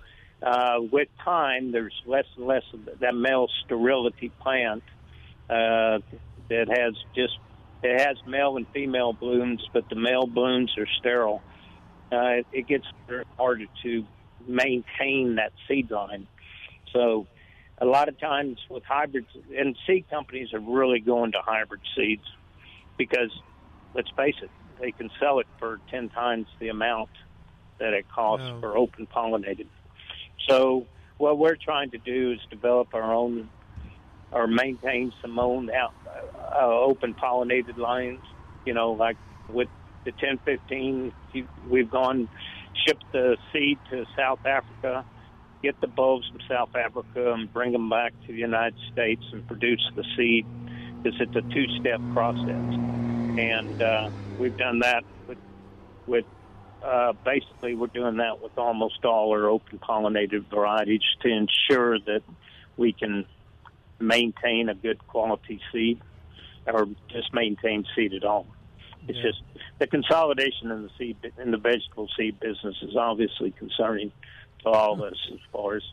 S8: uh, with time, there's less and less of that male sterility plant uh, that has just it has male and female blooms, but the male blooms are sterile uh, it, it gets very harder to maintain that seed line. So, a lot of times with hybrids, and seed companies are really going to hybrid seeds because, let's face it, they can sell it for 10 times the amount that it costs
S3: No.
S8: for open pollinated. So, what we're trying to do is develop our own or maintain some own out, uh, open pollinated lines. You know, like with the 1015, you- we've gone ship the seed to South Africa, get the bulbs from South Africa, and bring them back to the United States and produce the seed. It's it's a two-step process, and uh, we've done that with with uh, basically we're doing that with almost all our open pollinated varieties to ensure that we can maintain a good quality seed or just maintain seed at all. It's just the consolidation in the seed bu- in the vegetable seed business is obviously concerning to all of us as far as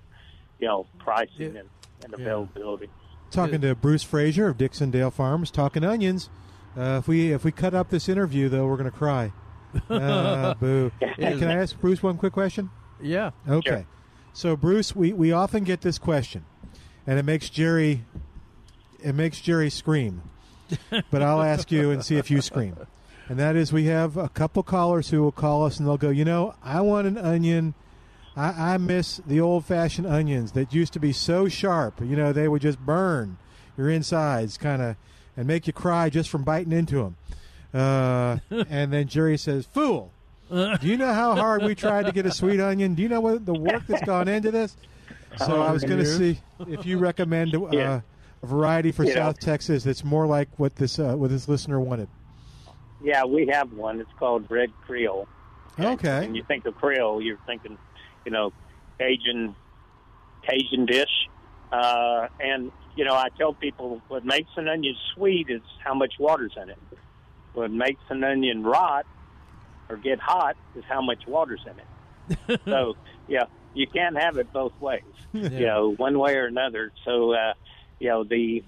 S8: you know pricing and, and availability.
S3: Talking to Bruce Fraser of Dixondale Farms, talking onions. Uh, if we if we cut up this interview though, we're going to cry. Uh, boo! Hey, can I ask Bruce one quick question?
S4: Yeah.
S3: Okay. So Bruce, we, we often get this question, and it makes Jerry it makes Jerry scream. but I'll ask you and see if you scream. And that is, we have a couple callers who will call us and they'll go, you know, I want an onion. I, I miss the old fashioned onions that used to be so sharp. You know, they would just burn your insides, kind of, and make you cry just from biting into them. Uh, and then Jerry says, fool. Do you know how hard we tried to get a sweet onion? Do you know what the work that's gone into this? So I was going to see if you recommend uh,
S8: Yeah.
S3: a variety for
S8: Yeah.
S3: South Texas that's more like what this uh, what this listener wanted.
S8: Yeah, we have one. It's called Red Creole.
S3: Okay.
S8: When you think of Creole, you're thinking, you know, Cajun, Cajun dish. Uh, and you know, I tell people what makes an onion sweet is how much water's in it. What makes an onion rot or get hot is how much water's in it. so yeah, you can't have it both ways. You know, one way or another. So uh, you know, the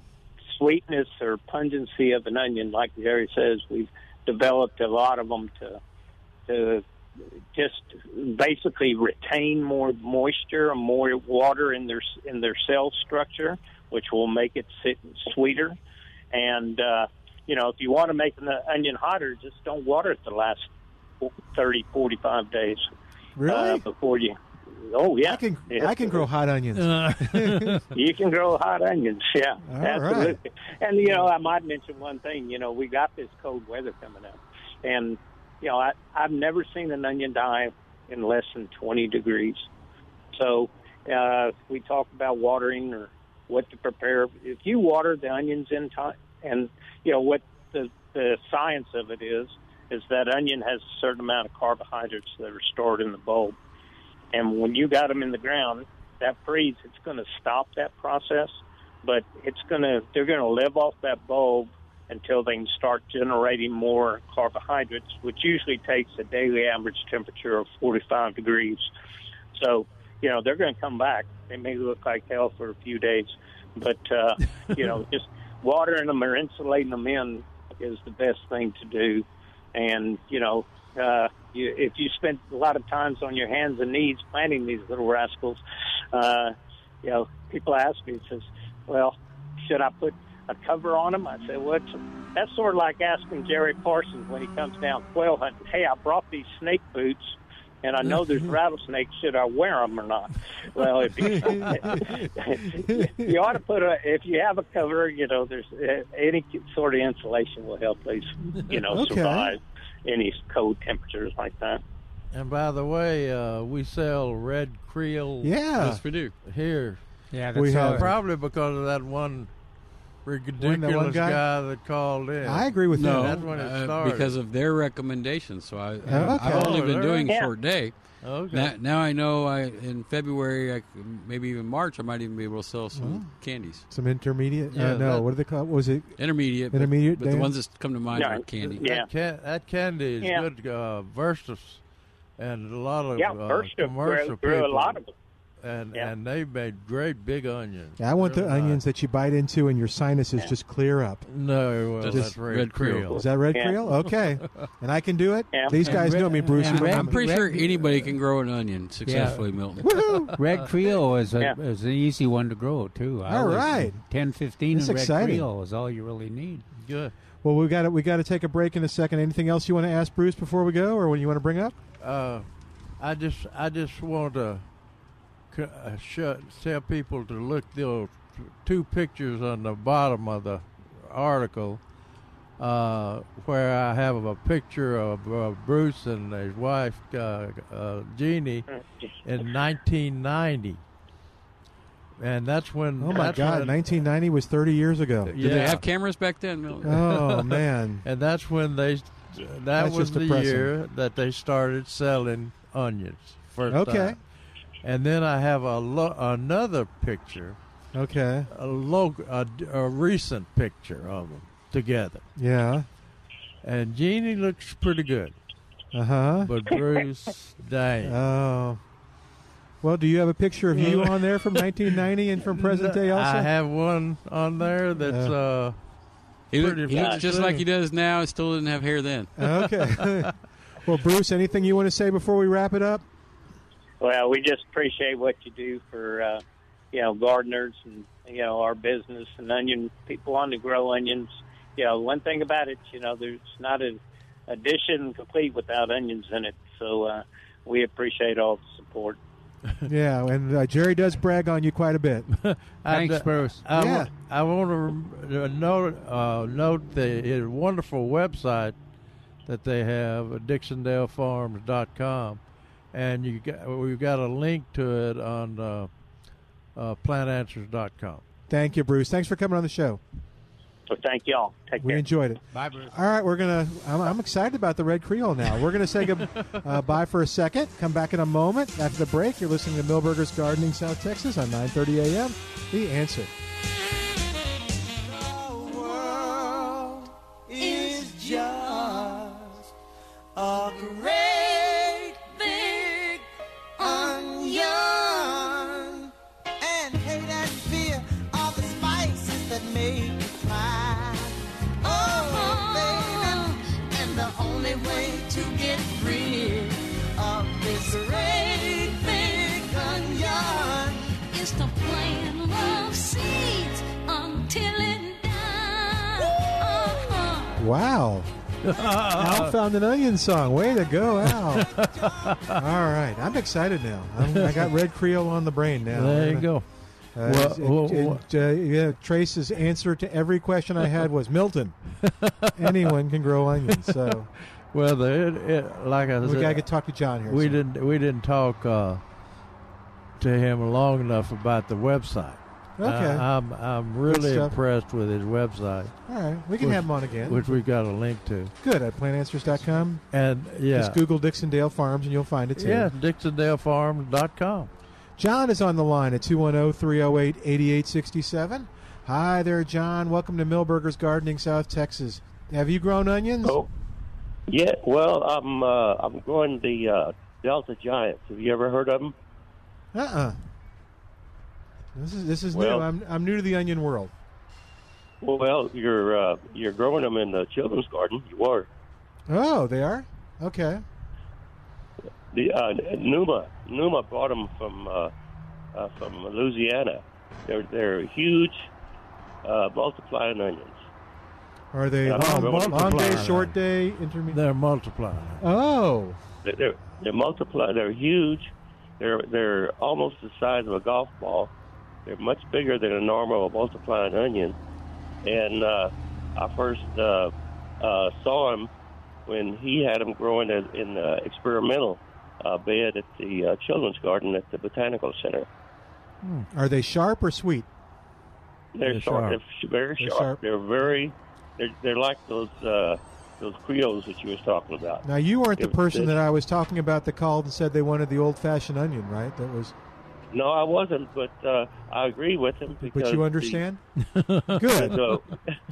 S8: sweetness or pungency of an onion, like Jerry says, we've developed a lot of them to to just basically retain more moisture and more water in their in their cell structure, which will make it sit sweeter. And uh, you know, if you want to make an onion hotter, just don't water it the last 30, 45 days uh,
S3: Really?
S8: before you. Oh yeah,
S3: I can
S8: Yeah.
S3: I can grow hot onions.
S5: Uh,
S8: You can grow hot onions, yeah,
S3: All right.
S8: absolutely. And you know, I might mention one thing. You know, we got this cold weather coming up, and you know, I, I've never seen an onion die in less than 20 degrees. So uh, we talk about watering or what to prepare. If you water the onions in time, and you know what the the science of it is, is that onion has a certain amount of carbohydrates that are stored in the bulb, and when you got them in the ground, that freeze it's going to stop that process, but it's going to they're going to live off that bulb until they can start generating more carbohydrates, which usually takes a daily average temperature of 45 degrees. So, you know, they're going to come back. They may look like hell for a few days, but, uh, you know, just watering them or insulating them in is the best thing to do. And, you know, uh, you, if you spend a lot of times on your hands and knees planting these little rascals, uh, you know, people ask me, says, well, should I put a cover on them? I say, well, it's, that's sort of like asking Jerry Parsons when he comes down quail hunting, hey, I brought these snake boots, and I know there's rattlesnakes. Should I wear them or not? Well, if you, you ought to put a, if you have a cover, you know, there's uh, any sort of insulation will help these, you know,
S3: Okay.
S8: survive any cold temperatures like that.
S4: And by the way, uh, we sell red Creole
S3: yeah.
S5: Yes, we do.
S4: here.
S6: Yeah, that's
S3: We
S6: how
S3: have-
S6: it-
S4: Probably because of that one ridiculous
S3: guy?
S4: guy? that called in.
S3: I agree with
S4: No.
S3: you.
S4: That's when it
S5: uh,
S4: started.
S5: because of their recommendations. So I, uh,
S3: Oh, okay.
S5: I've only
S4: Oh,
S5: been
S4: they're-
S5: doing
S8: Yeah.
S5: short day.
S4: Okay.
S5: Now, now I know. I in February, I, c- maybe even March, I might even be able to sell some
S3: Mm.
S5: candies.
S3: Some intermediate. uh,
S4: Yeah,
S3: no,
S4: that-
S3: what are they called? What was it?
S5: Intermediate, but-
S3: Intermediate,
S5: But, the
S3: Dan?
S5: ones that come to mind
S8: Yeah.
S5: are candy.
S8: Yeah.
S4: That, can, that candy is
S8: Yeah.
S4: good uh, versus, and a lot of
S8: Yeah,
S4: uh,
S8: first of
S4: commercial
S8: grew, grew a
S4: people,
S8: lot of them.
S4: and
S8: Yeah.
S4: and they made great big onions.
S3: I want the
S4: Really
S3: onions that you bite into and your sinuses just clear up.
S4: nice. No, well,
S5: Just
S4: that's red,
S5: red Creole.
S4: Creole.
S3: Is that red
S8: Yeah.
S3: Creole? Okay. And I can do it.
S8: Yeah.
S3: These guys
S6: red-
S3: know me, Bruce.
S6: yeah,
S3: you know
S6: red-
S3: I'm-
S5: I'm pretty
S6: Red-
S5: sure anybody can grow an onion successfully, Milton.
S6: Red Creole is a
S8: Yeah.
S6: is an easy one to grow too. I
S3: All
S6: was-
S3: right.
S6: 10, 15
S3: That's
S6: Red
S3: exciting.
S6: Creole is all you really need.
S4: Good.
S3: Well, we got to we got to take a break in a second. Anything else you want to ask Bruce before we go, or what you want to bring up?
S4: Uh, I just I just want to c- uh, shut, tell people to look the old two pictures on the bottom of the article uh, where I have a picture of uh, Bruce and his wife uh, uh, Jeannie in 1990, and that's when
S3: Oh my
S4: that's
S3: God!
S4: when-
S3: 1990 was 30 years ago.
S5: Did they
S4: Yeah.
S5: have cameras back then? No.
S3: Oh man!
S4: and that's when they that
S3: That's
S4: was
S3: just
S4: the
S3: depressing.
S4: year that they started selling onions first
S3: Okay.
S4: time. and then i have a lo- another picture
S3: Okay.
S4: a, lo- a, a recent picture of them together
S3: Yeah.
S4: and jeannie looks pretty good
S3: Uh huh.
S4: but bruce dang
S3: Oh. Well, do you have a picture of you on there from 1990 and from present day also?
S4: i have one on there that's
S3: Yeah.
S4: uh
S5: He looked,
S4: Pretty
S5: he looked
S4: much,
S5: just
S4: yeah.
S5: like he does now. He still didn't have hair then.
S3: okay. well, Bruce, anything you want to say before we wrap it up?
S8: Well, we just appreciate what you do for uh, you know gardeners and you know our business and onion people want to grow onions. You know, one thing about it, you know, there's not a, a dish isn't complete without onions in it. So uh, we appreciate all the support.
S3: Yeah, and uh, Jerry does brag on you quite a bit.
S6: Thanks,
S4: I, d-
S6: Bruce.
S4: uh, I,
S3: Yeah.
S4: wa- I want to note uh, note the his wonderful website that they have, DixondaleFarms.com, and you got, we've got a link to it on uh, uh, PlantAnswers.com.
S3: Thank you, Bruce. Thanks for coming on the show.
S8: So thank y'all. Take
S3: We
S8: care.
S3: enjoyed it.
S6: Bye, Bruce.
S3: All right, we're gonna. I'm, I'm excited about the Red Creole now. We're gonna say good, uh, bye for a second. Come back in a moment after the break. You're listening to Millburgers Gardening South Texas on 9:30 a.m. The Answer.
S9: Oh,
S3: Wow. Al found an onion song. Way to go, Al. All right, I'm excited now. I'm, I got Red Creole on the brain now.
S4: There you go.
S3: Uh,
S4: Well,
S3: it-
S4: well, well.
S3: it- uh, yeah, Trace's answer to every question I had was Milton. Anyone can grow onions, so
S4: Well, the, it, it, like I
S3: we
S4: said,
S3: gotta get talk to John here.
S4: we
S3: so.
S4: didn't we didn't talk uh, to him long enough about the website.
S3: Okay,
S4: I, I'm I'm really
S3: stuff.
S4: impressed with his website,
S3: all right, we can
S4: which-
S3: have him on again.
S4: which we've got a link to.
S3: Good at plantanswers.com.
S4: And yeah,
S3: Just Google Dixondale Farms and you'll find it too.
S4: Yeah, DixondaleFarms.com.
S3: John is on the line at 210 308 8867. Hi there, John. Welcome to Millburgers Gardening, South Texas. Have you grown onions?
S10: Oh, yeah. Well, I'm uh, I'm growing the uh, Delta Giants. Have you ever heard of them?
S3: Uh uh This is this is
S10: Well-
S3: new. I'm, I'm new to the onion world.
S10: Well, you're uh, you're growing them in the children's garden. You are
S3: Oh, they are? Okay.
S10: the uh, Numa Numa brought them from uh, uh, from Louisiana. They're they're huge, uh, multiplying onions.
S3: Are they um,
S10: Yeah,
S3: long,
S10: they're
S3: long day,
S10: multiplier.
S3: short day, intermediate?
S4: They're multiplying.
S3: Oh,
S10: They're they're, they're multiply. They're huge. They're they're almost the size of a golf ball. They're much bigger than a normal multiplying onion. And uh, I first uh, uh, saw him when he had them growing in, in the experimental uh, bed at the uh, children's garden at the botanical center.
S4: Hmm.
S3: are they sharp or sweet?
S10: They're,
S4: They're
S10: sharp.
S4: sharp.
S10: They're very
S3: They're
S10: sharp.
S3: sharp.
S10: They're very. They're, they're like those uh, those creoles that you was talking about.
S3: Now, you weren't the
S10: It was
S3: person
S10: good.
S3: that I was talking about that called and said they wanted the old fashioned onion, right? That was.
S10: No, I wasn't, but uh, I agree with him because
S3: But you
S10: the-
S3: understand? Good.
S10: so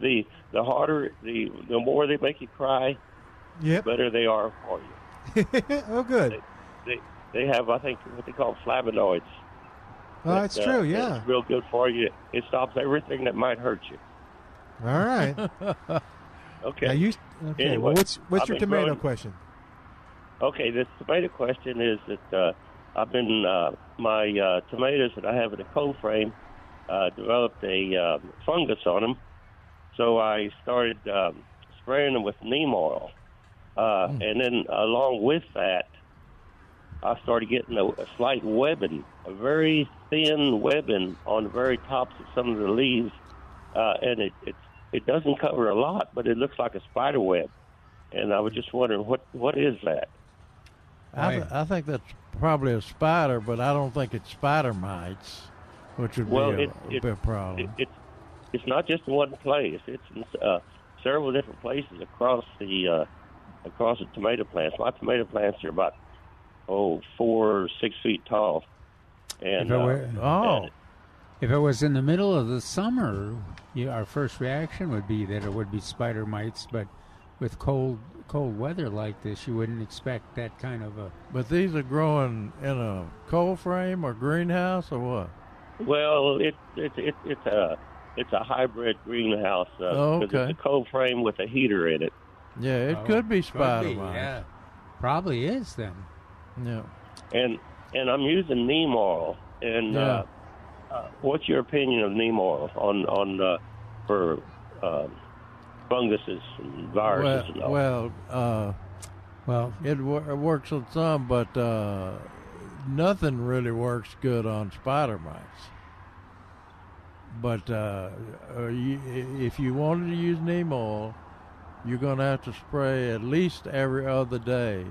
S10: the the harder the the more they make you cry, the
S3: Yep.
S10: better they are for you.
S3: oh, good.
S10: They they have I think what they call flavonoids.
S3: Oh, that's
S10: that, uh,
S3: true. Yeah.
S10: it's real good for you. It stops everything that might hurt you.
S3: All right.
S10: Okay.
S3: Now you. Okay.
S10: Anyway,
S3: well, what's what's
S10: I've
S3: your
S10: been
S3: tomato
S10: growing-
S3: question?
S10: Okay, the tomato question is that uh, I've been uh, my uh, tomatoes that I have in a cold frame uh, developed a um fungus on them, so I started um, spraying them with neem oil, uh, and then along with that, I started getting a, a slight webbing, a very thin webbing on the very tops of some of the leaves, uh, and it, it's It doesn't cover a lot, but it looks like a spider web. And I was just wondering what what is that?
S4: I, th- I think that's probably a spider, but I don't think it's spider mites, which would
S10: Well,
S4: be a,
S10: it, it,
S4: big problem.
S10: It, it, it's not just in one place. It's in uh, several different places across the uh, across the tomato plants. My tomato plants are about oh four or six feet tall, and
S6: if it
S10: uh,
S6: were,
S10: oh.
S6: if it was in the middle of the summer, you, our first reaction would be that it would be spider mites. But with cold cold weather like this, you wouldn't expect that kind of a.
S4: but these are growing in a coal frame or greenhouse or what?
S10: Well, it, it, it, it's a it's a hybrid greenhouse uh,
S4: Oh,
S10: 'cause
S4: okay.
S10: it's a cold frame with a heater in it.
S4: Yeah, it
S6: uh,
S10: Oh,
S4: could be
S10: could be,
S4: spider mites.
S10: yeah.
S6: Probably is then.
S4: Yeah.
S10: And and I'm using neem oil. And
S4: Yeah.
S10: uh, uh, what's your opinion of neem oil on on uh, for uh, funguses and viruses and
S4: Well,
S10: all?
S4: well, uh,
S6: well,
S4: it, wor- it works on some, but uh, nothing really works good on spider mites. But uh, uh, you, i- if you wanted to use neem oil, you're going to have to spray at least every other day,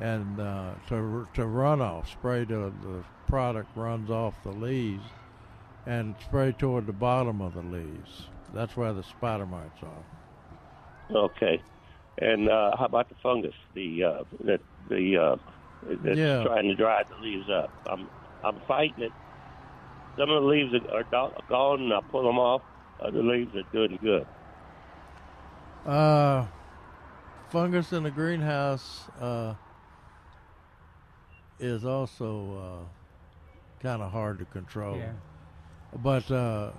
S4: and uh, to to run off, spray till the product runs off the leaves, and spray toward the bottom of the leaves. That's where the spider mites are.
S10: okay. And uh, how about the fungus? The uh, that the uh, that's
S4: Yeah.
S10: trying to dry the leaves up. I'm I'm fighting it. Some of the leaves are do- gone, and I pull them off. Other leaves are doing good.
S4: Uh, fungus in the greenhouse uh, is also uh, kind of hard to control.
S6: Yeah.
S4: But uh,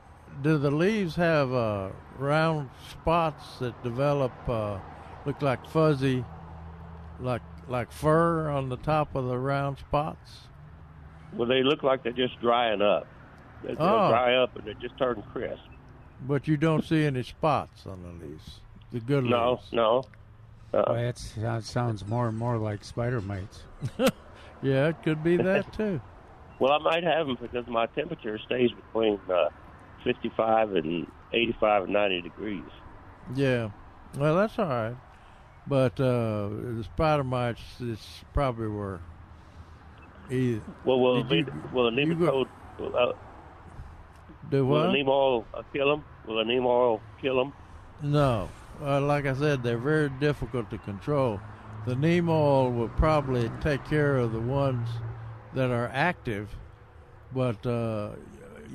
S4: do the leaves have uh, round spots that develop, uh, look like fuzzy, like like fur on the top of the round spots?
S10: Well, they look like they're just drying up. They- They'll
S4: Oh.
S10: dry up and they just turn crisp.
S4: But you don't see any spots on the leaves. The good
S10: no,
S4: leaves.
S10: no.
S6: Well, uh, that sounds, sounds more and more like spider mites.
S4: yeah, it could be that too.
S10: Well, I might have them because my temperature stays between uh, 55 and 85 and 90 degrees.
S4: Yeah, well, that's all right. But uh, the spider mites, it's probably were. e, Either.
S10: Well, will
S4: Did
S10: we,
S4: you-
S10: will a neem coat, will, uh,
S4: Do
S10: will a
S4: what?
S10: neem oil uh, kill them? Will a neem oil kill them?
S4: No, uh, like I said, they're very difficult to control. The neem oil will probably take care of the ones that are active, but uh,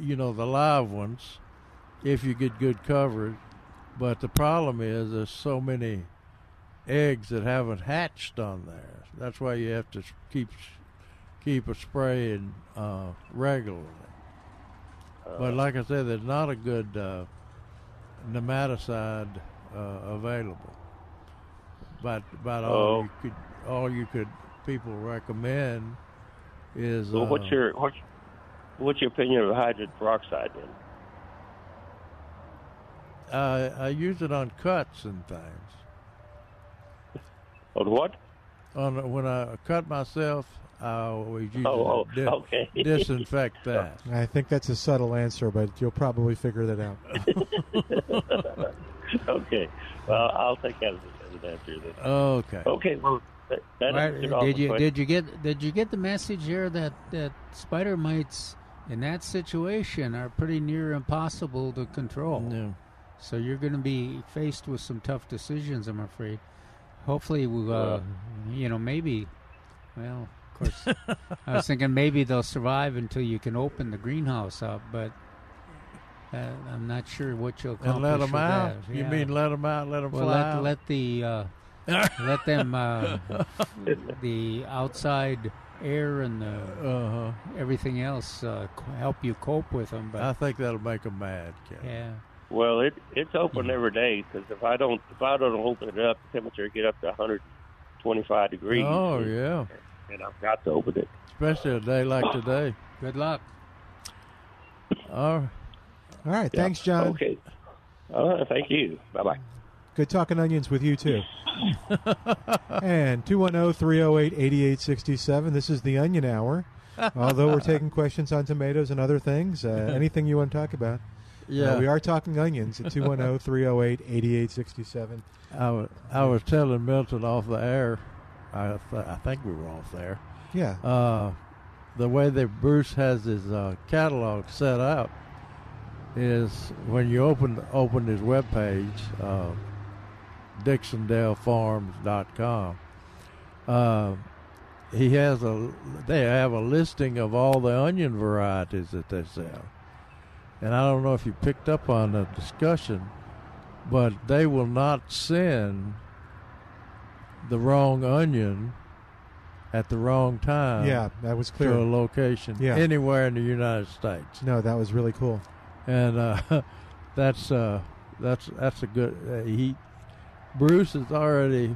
S4: you know the live ones, if you get good coverage. But the problem is there's so many eggs that haven't hatched on there. That's why you have to s- keep s- keep a spraying uh, regularly.
S10: Uh,
S4: But like I said, there's not a good uh, nematicide uh, available. But about all
S10: Oh.
S4: you could, all you could people recommend is
S10: Well, what's
S4: uh,
S10: your what's, what's your opinion of hydrogen peroxide? Then?
S4: I, I use it on cuts and things.
S10: On what?
S4: On when I cut myself, I always use
S10: Oh,
S4: it to
S10: oh, okay.
S4: disinfect that.
S3: I think that's a subtle answer, but you'll probably figure that out.
S10: okay. Well, I'll take that as an- as an answer. Then.
S4: Okay.
S10: Okay. Well, that, that
S6: Right,
S10: answered all
S6: did
S10: the
S6: you
S10: questions.
S6: did you get did you get the message here that that spider mites in that situation are pretty near impossible to control? So you're going to be faced with some tough decisions, I'm afraid. Hopefully, we, uh,
S10: Well-
S6: you know, maybe. Well, of course, I was thinking maybe they'll survive until you can open the greenhouse up, but. Uh, I'm not sure what you'll accomplish.
S4: And let 'em
S6: with
S4: out?
S6: that.
S4: You
S6: Yeah.
S4: mean let 'em out? Let 'em
S6: well,
S4: fly
S6: let,
S4: out?
S6: let the uh, let them uh, the outside air and the everything else uh, co- help you cope with them. But
S4: Uh-huh. I think that'll make them mad.
S6: yeah.
S10: Well, it it's open every day because if I don't if I don't open it up, the temperature get up to 125 degrees.
S4: Oh yeah,
S10: and I've got to open it.
S4: especially a day like today.
S6: Good luck.
S4: All right.
S3: All right,
S10: Yeah.
S3: thanks, John.
S10: Okay. All right. Thank you. Bye bye.
S3: Good talking onions with you, too. and oh, 210 308 8867. This is the Onion Hour. Although we're taking questions on tomatoes and other things, uh, anything you want to talk about.
S4: Yeah.
S3: Uh, we are talking onions at oh, 210 308 8867.
S4: I was, I was telling Milton off the air, I, th- I think we were off there.
S3: Yeah.
S4: Uh, the way that Bruce has his uh, catalog set up is when you open open his webpage, uh, DixondaleFarms.com. Uh, he has a they have a listing of all the onion varieties that they sell, and I don't know if you picked up on the discussion, but they will not send the wrong onion at the wrong time.
S3: Yeah, that was clear.
S4: Uh, To a location
S3: Yeah.
S4: anywhere in the United States,
S3: No, that was really cool.
S4: and uh, that's uh, that's that's a good. Uh, he Bruce is already,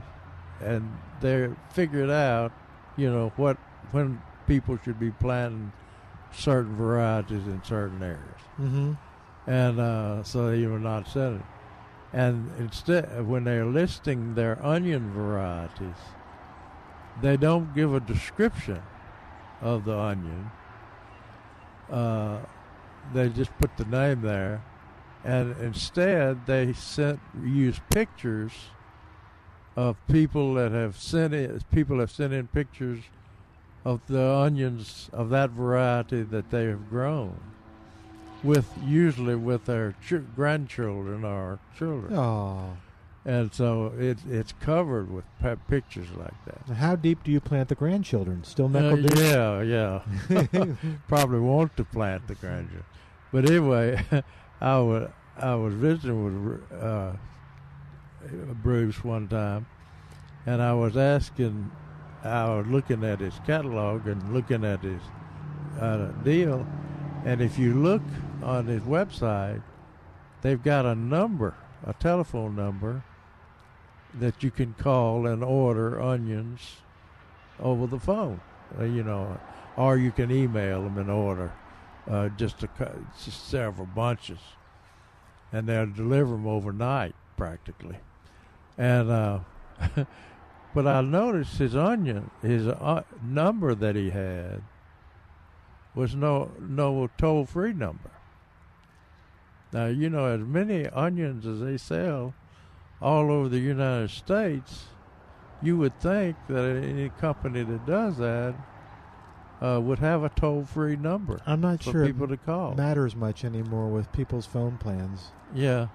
S4: and they're figured out. You know what when people should be planting certain varieties in certain areas
S3: Mm-hmm.
S4: and uh, so they were not selling. And instead, when they're listing their onion varieties, they don't give a description of the onion. Uh, they just put the name there, and instead they sent use pictures of people that have sent in, people have sent in pictures of the onions of that variety that they have grown with usually with their ch- grandchildren or children.
S3: Oh.
S4: And so it, it's covered with p- pictures like that.
S3: How deep do you plant the grandchildren? Still
S4: Uh,
S3: knuckle deep?
S4: yeah, yeah. Probably want to plant the grandeur. But anyway, I was I was visiting with uh, Bruce one time, and I was asking, I was looking at his catalog and looking at his uh, deal, and if you look on his website, they've got a number, a telephone number, that you can call and order onions over the phone, uh, you know, or you can email them and order uh, just a cou- just several bunches, and they'll deliver them overnight practically. And uh, but I noticed his onion, his uh, number that he had was no no toll free number. Now you know as many onions as they sell all over the United States, you would think that any company that does that uh, would have a toll free number.
S3: I'm not
S4: for
S3: sure it
S4: people to call.
S3: matters much anymore with people's phone plans.
S4: Yeah.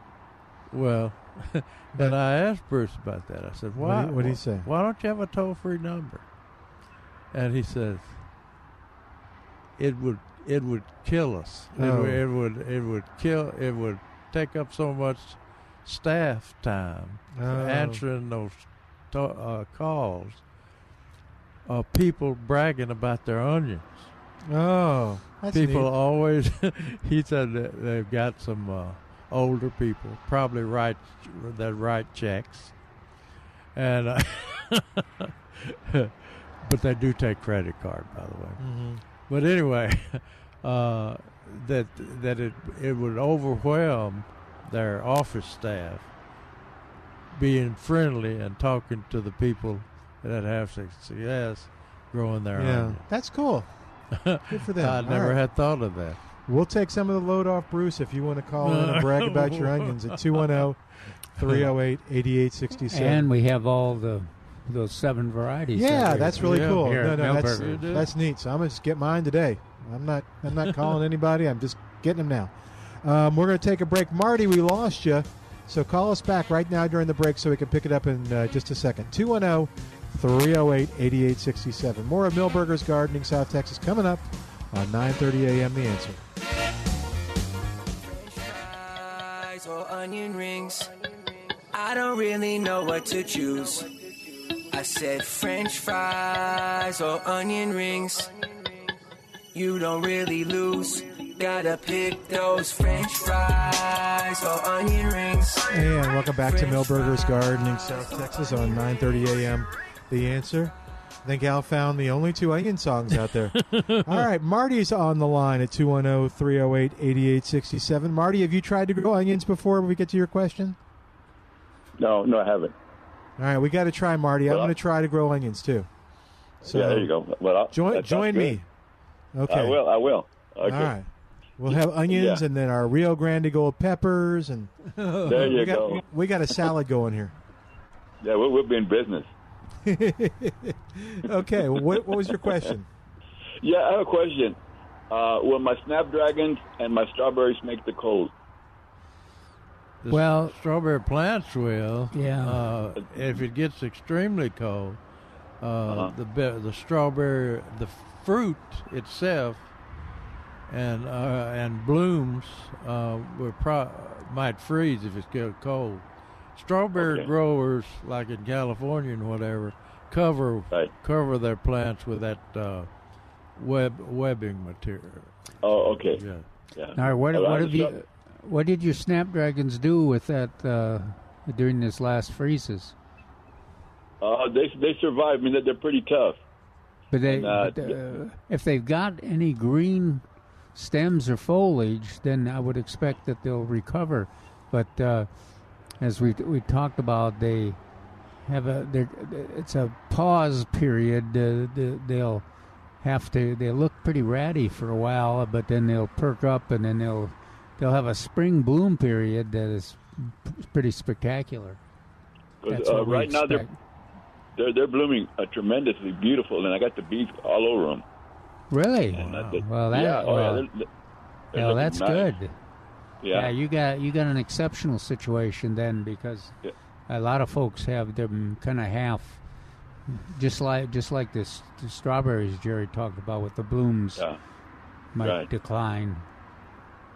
S4: Well, and I asked Bruce about that. I said,
S3: What
S4: "Why?
S3: did- what did he say?
S4: Why don't you have a toll-free number?" And he says, "It would it would kill us. It,
S3: Oh.
S4: would, it would it would kill. It would take up so much staff time for
S3: Oh.
S4: answering those to, uh, calls of people bragging about their onions."
S3: Oh, that's
S4: people
S3: neat.
S4: always he said that they've got some uh, older people probably write that write checks and uh, but they do take credit card by the way
S3: Mhm.
S4: but anyway uh, that that it it would overwhelm their office staff being friendly and talking to the people that have success growing their
S3: Yeah,
S4: own
S3: that's cool. Good for them.
S4: I
S3: All
S4: never
S3: right.
S4: had thought of that.
S3: We'll take some of the load off Bruce if you want to call in and brag about your onions at 210 308 8867.
S6: And we have all the those seven varieties.
S3: Yeah,
S6: that we-
S3: that's really
S4: Yeah.
S3: cool.
S6: Here
S3: no,
S6: at
S3: no, that's,
S6: Millburgers.
S3: that's neat. So I'm gonna just get mine today. I'm not I'm not calling anybody. I'm just getting them now. Um, we're gonna take a break, Marty. We lost you, so call us back right now during the break so we can pick it up in uh, just a second. 210-308-8867. More of Millburgers Gardening South Texas coming up on 9:30 a.m. The Answer.
S9: fries or onion rings. I don't really know what to choose. I said french fries or onion rings. You don't really lose. Gotta pick those french fries or onion rings.
S3: And welcome back to Millburgers Gardening South Texas on 9:30 a.m. The Answer. I think Al found the only two onion songs out there. All right, Marty's on the line at oh, 210-308-8867. Marty, have you tried to grow onions before we get to your question?
S10: No, no, I haven't.
S3: All right, we got to try, Marty. I'm
S10: Well, I-
S3: going to try to grow onions too. So
S10: yeah, there you go. Well, I'll,
S3: Join
S10: that sounds
S3: join
S10: good.
S3: me. Okay.
S10: I will. I will. Okay.
S3: All right. We'll have onions
S11: Yeah.
S3: and then our Rio Grande Gold peppers and
S11: There you
S3: we got,
S11: go.
S3: We got a salad going here.
S11: Yeah, we'll, we'll be in business.
S3: okay, well, what, what was your question?
S11: Yeah, I have a question. Uh, will my snapdragons and my strawberries make the cold?
S4: well, strawberry plants will. Yeah. Uh, if it gets extremely cold, uh, the be- the strawberry, the fruit itself, and uh, and blooms uh, will pro- might freeze if it's get cold. Strawberry
S11: Okay.
S4: growers, like in California and whatever, cover cover their plants with that uh, web webbing material.
S11: Oh, okay.
S4: Yeah.
S11: yeah.
S6: All right, what,
S4: Well, I
S6: what have
S4: just-
S6: you? What did your snapdragons do with that uh, during this last freezes?
S11: Uh, they they survive. I mean, they're, they're pretty tough.
S6: But they,
S11: And, uh,
S6: but, uh, if they've got any green stems or foliage, then I would expect that they'll recover. But uh, as we we talked about, they have a they're- it's a pause period. Uh, the- they'll have to they look pretty ratty for a while, but then they'll perk up, and then they'll they'll have a spring bloom period that is p- pretty spectacular.
S11: 'Cause,
S6: That's
S11: uh,
S6: what we
S11: right now they're, they're they're blooming uh, tremendously beautiful, and I got the bees all over them.
S6: Really? Well, that
S11: yeah, oh,
S6: well,
S11: yeah, they're- they're
S6: well,
S11: looking
S6: that's
S11: nice.
S6: good.
S11: Yeah.
S6: you got you got an exceptional situation then because a lot of folks have them kind of half, just like just like this the strawberries Jerry talked about with the blooms
S11: Yeah.
S6: might
S11: Right.
S6: decline.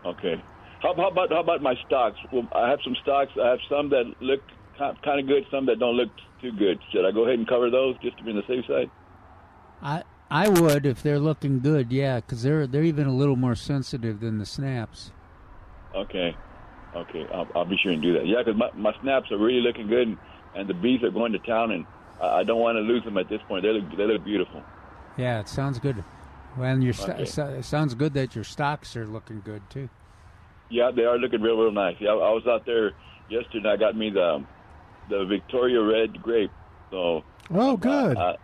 S11: Okay. How, how about how about my stocks? Well, I have some stocks. I have some that look kind of good, some that don't look too good. Should I go ahead and cover those just to be on the safe side?
S6: I I would if they're looking good, yeah, because they're they're even a little more sensitive than the snaps.
S11: Okay. Okay. I'll, I'll be sure and do that. Yeah, because my, my snaps are really looking good, and, and the bees are going to town, and I, I don't want to lose them at this point. They look they look beautiful.
S6: Yeah, it sounds good. Well, your sto-
S11: Okay.
S6: so- it sounds good that your stocks are looking good too.
S11: Yeah, they are looking real real nice. Yeah, I, I was out there yesterday. and I got me the the Victoria Red grape. So
S3: Oh, good.
S11: uh,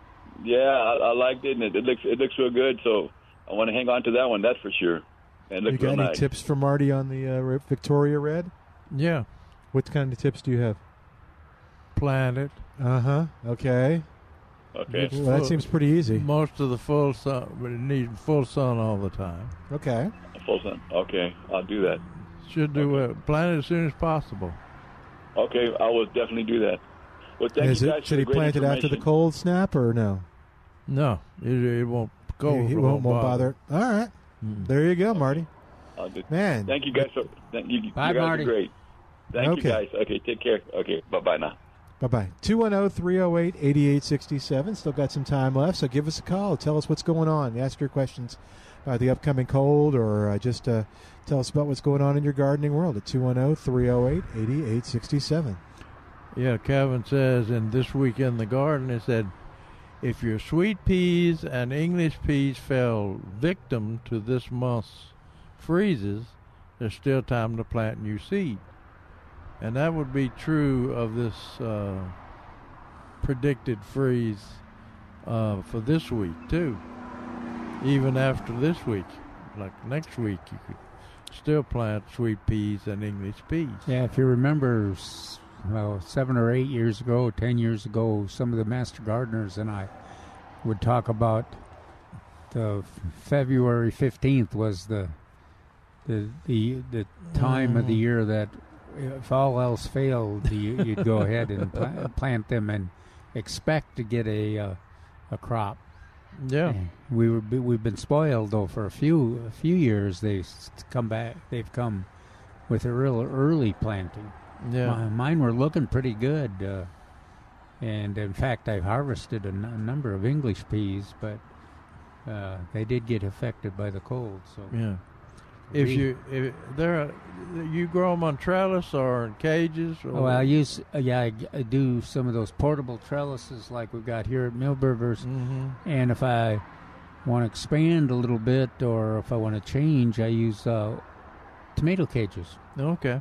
S11: yeah, I, I liked it, and it, it looks it looks real good. So I want to hang on to that one. That's for sure. And it
S3: you
S11: looks
S3: got
S11: real
S3: any
S11: nice.
S3: tips for Marty on the uh, Re- Victoria Red?
S4: Yeah.
S3: What kind of tips do you have?
S4: Plant it.
S3: Uh
S4: Uh-huh.
S3: huh. Okay.
S4: It's
S3: Well, that
S4: full-
S3: seems pretty easy.
S4: Most of the full sun, but it needs full sun all the time.
S3: Okay.
S11: Full sun. Okay, I'll do that.
S4: Should do it. Plant it as soon as possible.
S11: Okay, I will definitely do that. Well, thank
S3: Is
S11: you
S3: it-
S11: guys
S3: should he
S11: for the great
S3: plant it after the
S11: information.
S3: cold snap or no?
S4: No, it, it won't go.
S3: He- he won't, won't bother. All right. There you go, Marty.
S11: I'll do-
S3: Man.
S11: Thank you guys for thank you, you
S3: Bye,
S11: guys
S3: Marty.
S11: Are great. Thank you
S3: Okay.
S11: guys. Okay, take care. Okay, bye bye now.
S3: Bye bye. 210 308 8867. Still got some time left, so give us a call. Tell us what's going on. Ask your questions about the upcoming cold or uh, just uh, tell us about what's going on in your gardening world at 210 308 8867.
S4: Yeah, Kevin says in this week in the garden, it said, if your sweet peas and English peas fell victim to this month's freezes, there's still time to plant new seed. And that would be true of this uh, predicted freeze uh, for this week, too. Even after this week, like next week, you could still plant sweet peas and English peas.
S6: Yeah, if you remember, s- well, seven or eight years ago, ten years ago, some of the master gardeners and I would talk about the f- February fifteenth was the the the the time of the year that if all else failed, you, you'd go ahead and pla- plant them and expect to get a uh, a crop.
S4: Yeah.
S6: we were be- we've been spoiled though for a few a few years. They s- come back. They've come with a real early planting.
S4: Yeah.
S6: Mi- mine were looking pretty good, uh, and in fact, I harvested a n- a number of English peas, but uh, they did get affected by the cold. So
S4: Yeah. If
S6: Re-
S4: you if there are, you grow them on trellis or in cages. Or
S6: Oh, well, I use uh, yeah, I, g- I do some of those portable trellises like we've got here at Millburgers,
S4: Mm-hmm.
S6: and if I want to expand a little bit or if I want to change, I use uh, tomato cages.
S4: Okay,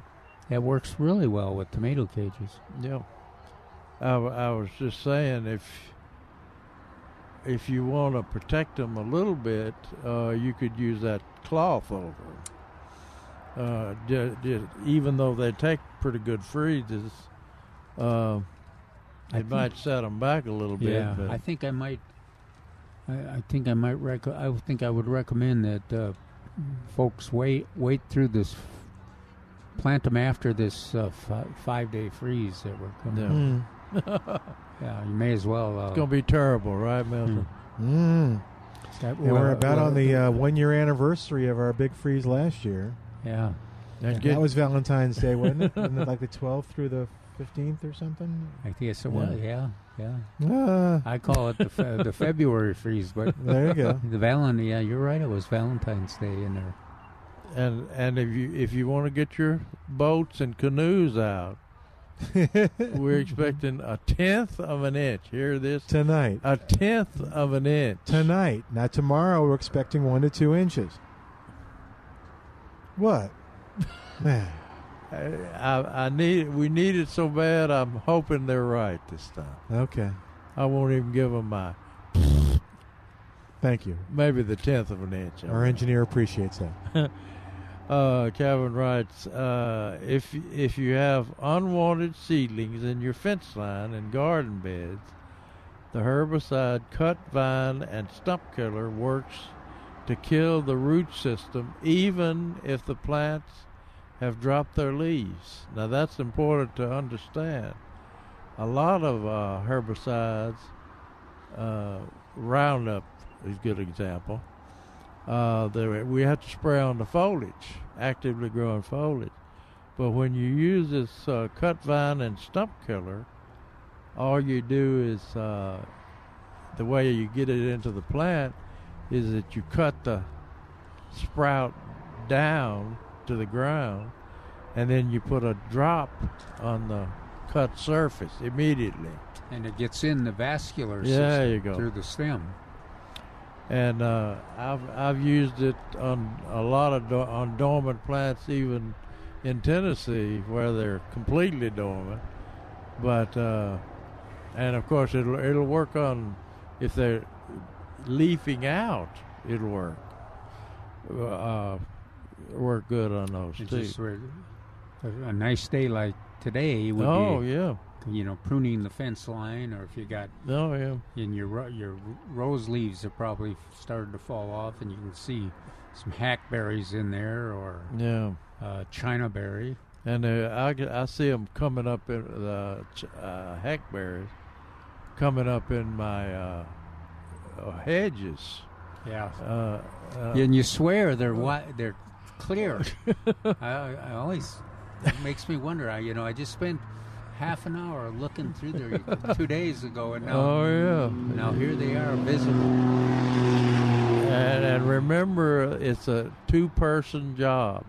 S6: that works really well with tomato cages.
S4: Yeah. Uh, I, w- I was just saying if if you want to protect them a little bit, uh, you could use that cloth over. 'em. uh, ju- ju- even though they take pretty good freezes, uh, it
S6: think-
S4: might set them back a little bit.
S6: Yeah,
S4: but
S6: I think I might. I, I think I might rec- I would think I would recommend that uh, folks wait wait through this, plant them after this uh, f- five day freeze that we're coming.
S3: Hmm.
S6: yeah, you may as well. Uh,
S4: it's going to be terrible, right, Milton?
S3: Mm.
S6: That-
S3: and we're
S6: well,
S3: about
S6: well,
S3: on the uh, one year anniversary of our big freeze last year.
S6: Yeah.
S3: And
S6: get-
S3: that was Valentine's Day, wasn't it? Wasn't it like the 12th through the 15th or something?
S6: I think it's a well, yeah, yeah.
S3: Ah.
S6: Hmm. I call it the, fe- the February freeze, but
S3: There you go.
S6: The Valentine, yeah, you're right. It was Valentine's Day in there.
S4: And and if you if you want to get your boats and canoes out, we're expecting a tenth of an inch. Hear this
S3: tonight.
S4: A tenth of an inch
S3: tonight. Now tomorrow we're expecting one to two inches. What? Man.
S4: I, I, I need we need it so bad. I'm hoping they're right this time.
S3: Okay.
S4: I won't even give them my
S3: Thank you.
S4: maybe the tenth of an inch.
S3: Our engineer appreciates that.
S4: uh, Calvin writes, uh, if if you have unwanted seedlings in your fence line and garden beds, the herbicide cut vine and stump killer works to kill the root system, even if the plants have dropped their leaves. Now that's important to understand. A lot of uh, herbicides, uh, Roundup is a good example uh, there, we have to spray on the foliage, actively growing foliage. But when you use this uh, cut vine and stump killer, all you do is uh, the way you get it into the plant is that you cut the sprout down to the ground and then you put a drop on the cut surface immediately.
S6: And it gets in the vascular
S4: Yeah, there
S6: system
S4: you go.
S6: through the stem.
S4: and uh, I've I've used it on a lot of do- on dormant plants, even in Tennessee where they're completely dormant. But uh, and of course it'll it'll work on if they're leafing out, it'll work. Uh, work good on those
S6: It's
S4: too.
S6: just re- a, a nice day like today would
S4: Oh,
S6: be.
S4: yeah.
S6: You know, pruning the fence line, or if you got.
S4: Oh yeah.
S6: And your ro- your rose leaves have probably started to fall off, and you can see some hackberries in there, or
S4: Yeah.
S6: uh, China berry.
S4: And uh, I, g- I see them coming up in the ch- uh, hackberries, coming up in my uh, uh, hedges.
S6: Yeah.
S4: Uh, uh,
S6: and you swear they're
S4: Oh.
S6: wa- they're clear. I, I always it makes me wonder. I you know I just spent half an hour looking through there two days ago, and now
S4: Oh, yeah.
S6: now here they are visible.
S4: And, and remember, it's a two person job.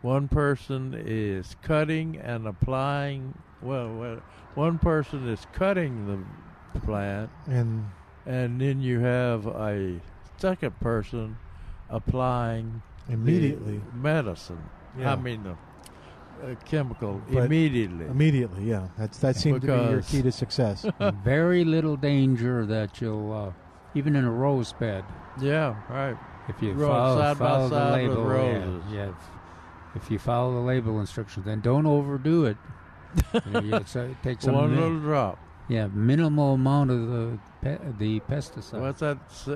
S4: One person is cutting and applying, well, well, one person is cutting the plant,
S3: And-
S4: and then you have a second person applying the
S3: Immediately.
S4: medicine.
S3: Yeah.
S4: I mean, the uh, chemical
S3: But-
S4: immediately.
S3: Immediately, yeah. That's that seemed to be your
S4: Because-
S3: key to success.
S6: Very little danger that you'll uh, even in a rose bed.
S4: Yeah, right.
S6: If you
S4: Grow it
S6: follow,
S4: side by
S6: follow the
S4: side with
S6: label,
S4: roses.
S6: yeah, yeah, if, if you follow the label instructions, then don't overdo it. You know, you- it's, uh, it takes a
S4: One
S6: min-
S4: little drop.
S6: Yeah, minimal amount of the pe- the pesticide.
S4: What's that s-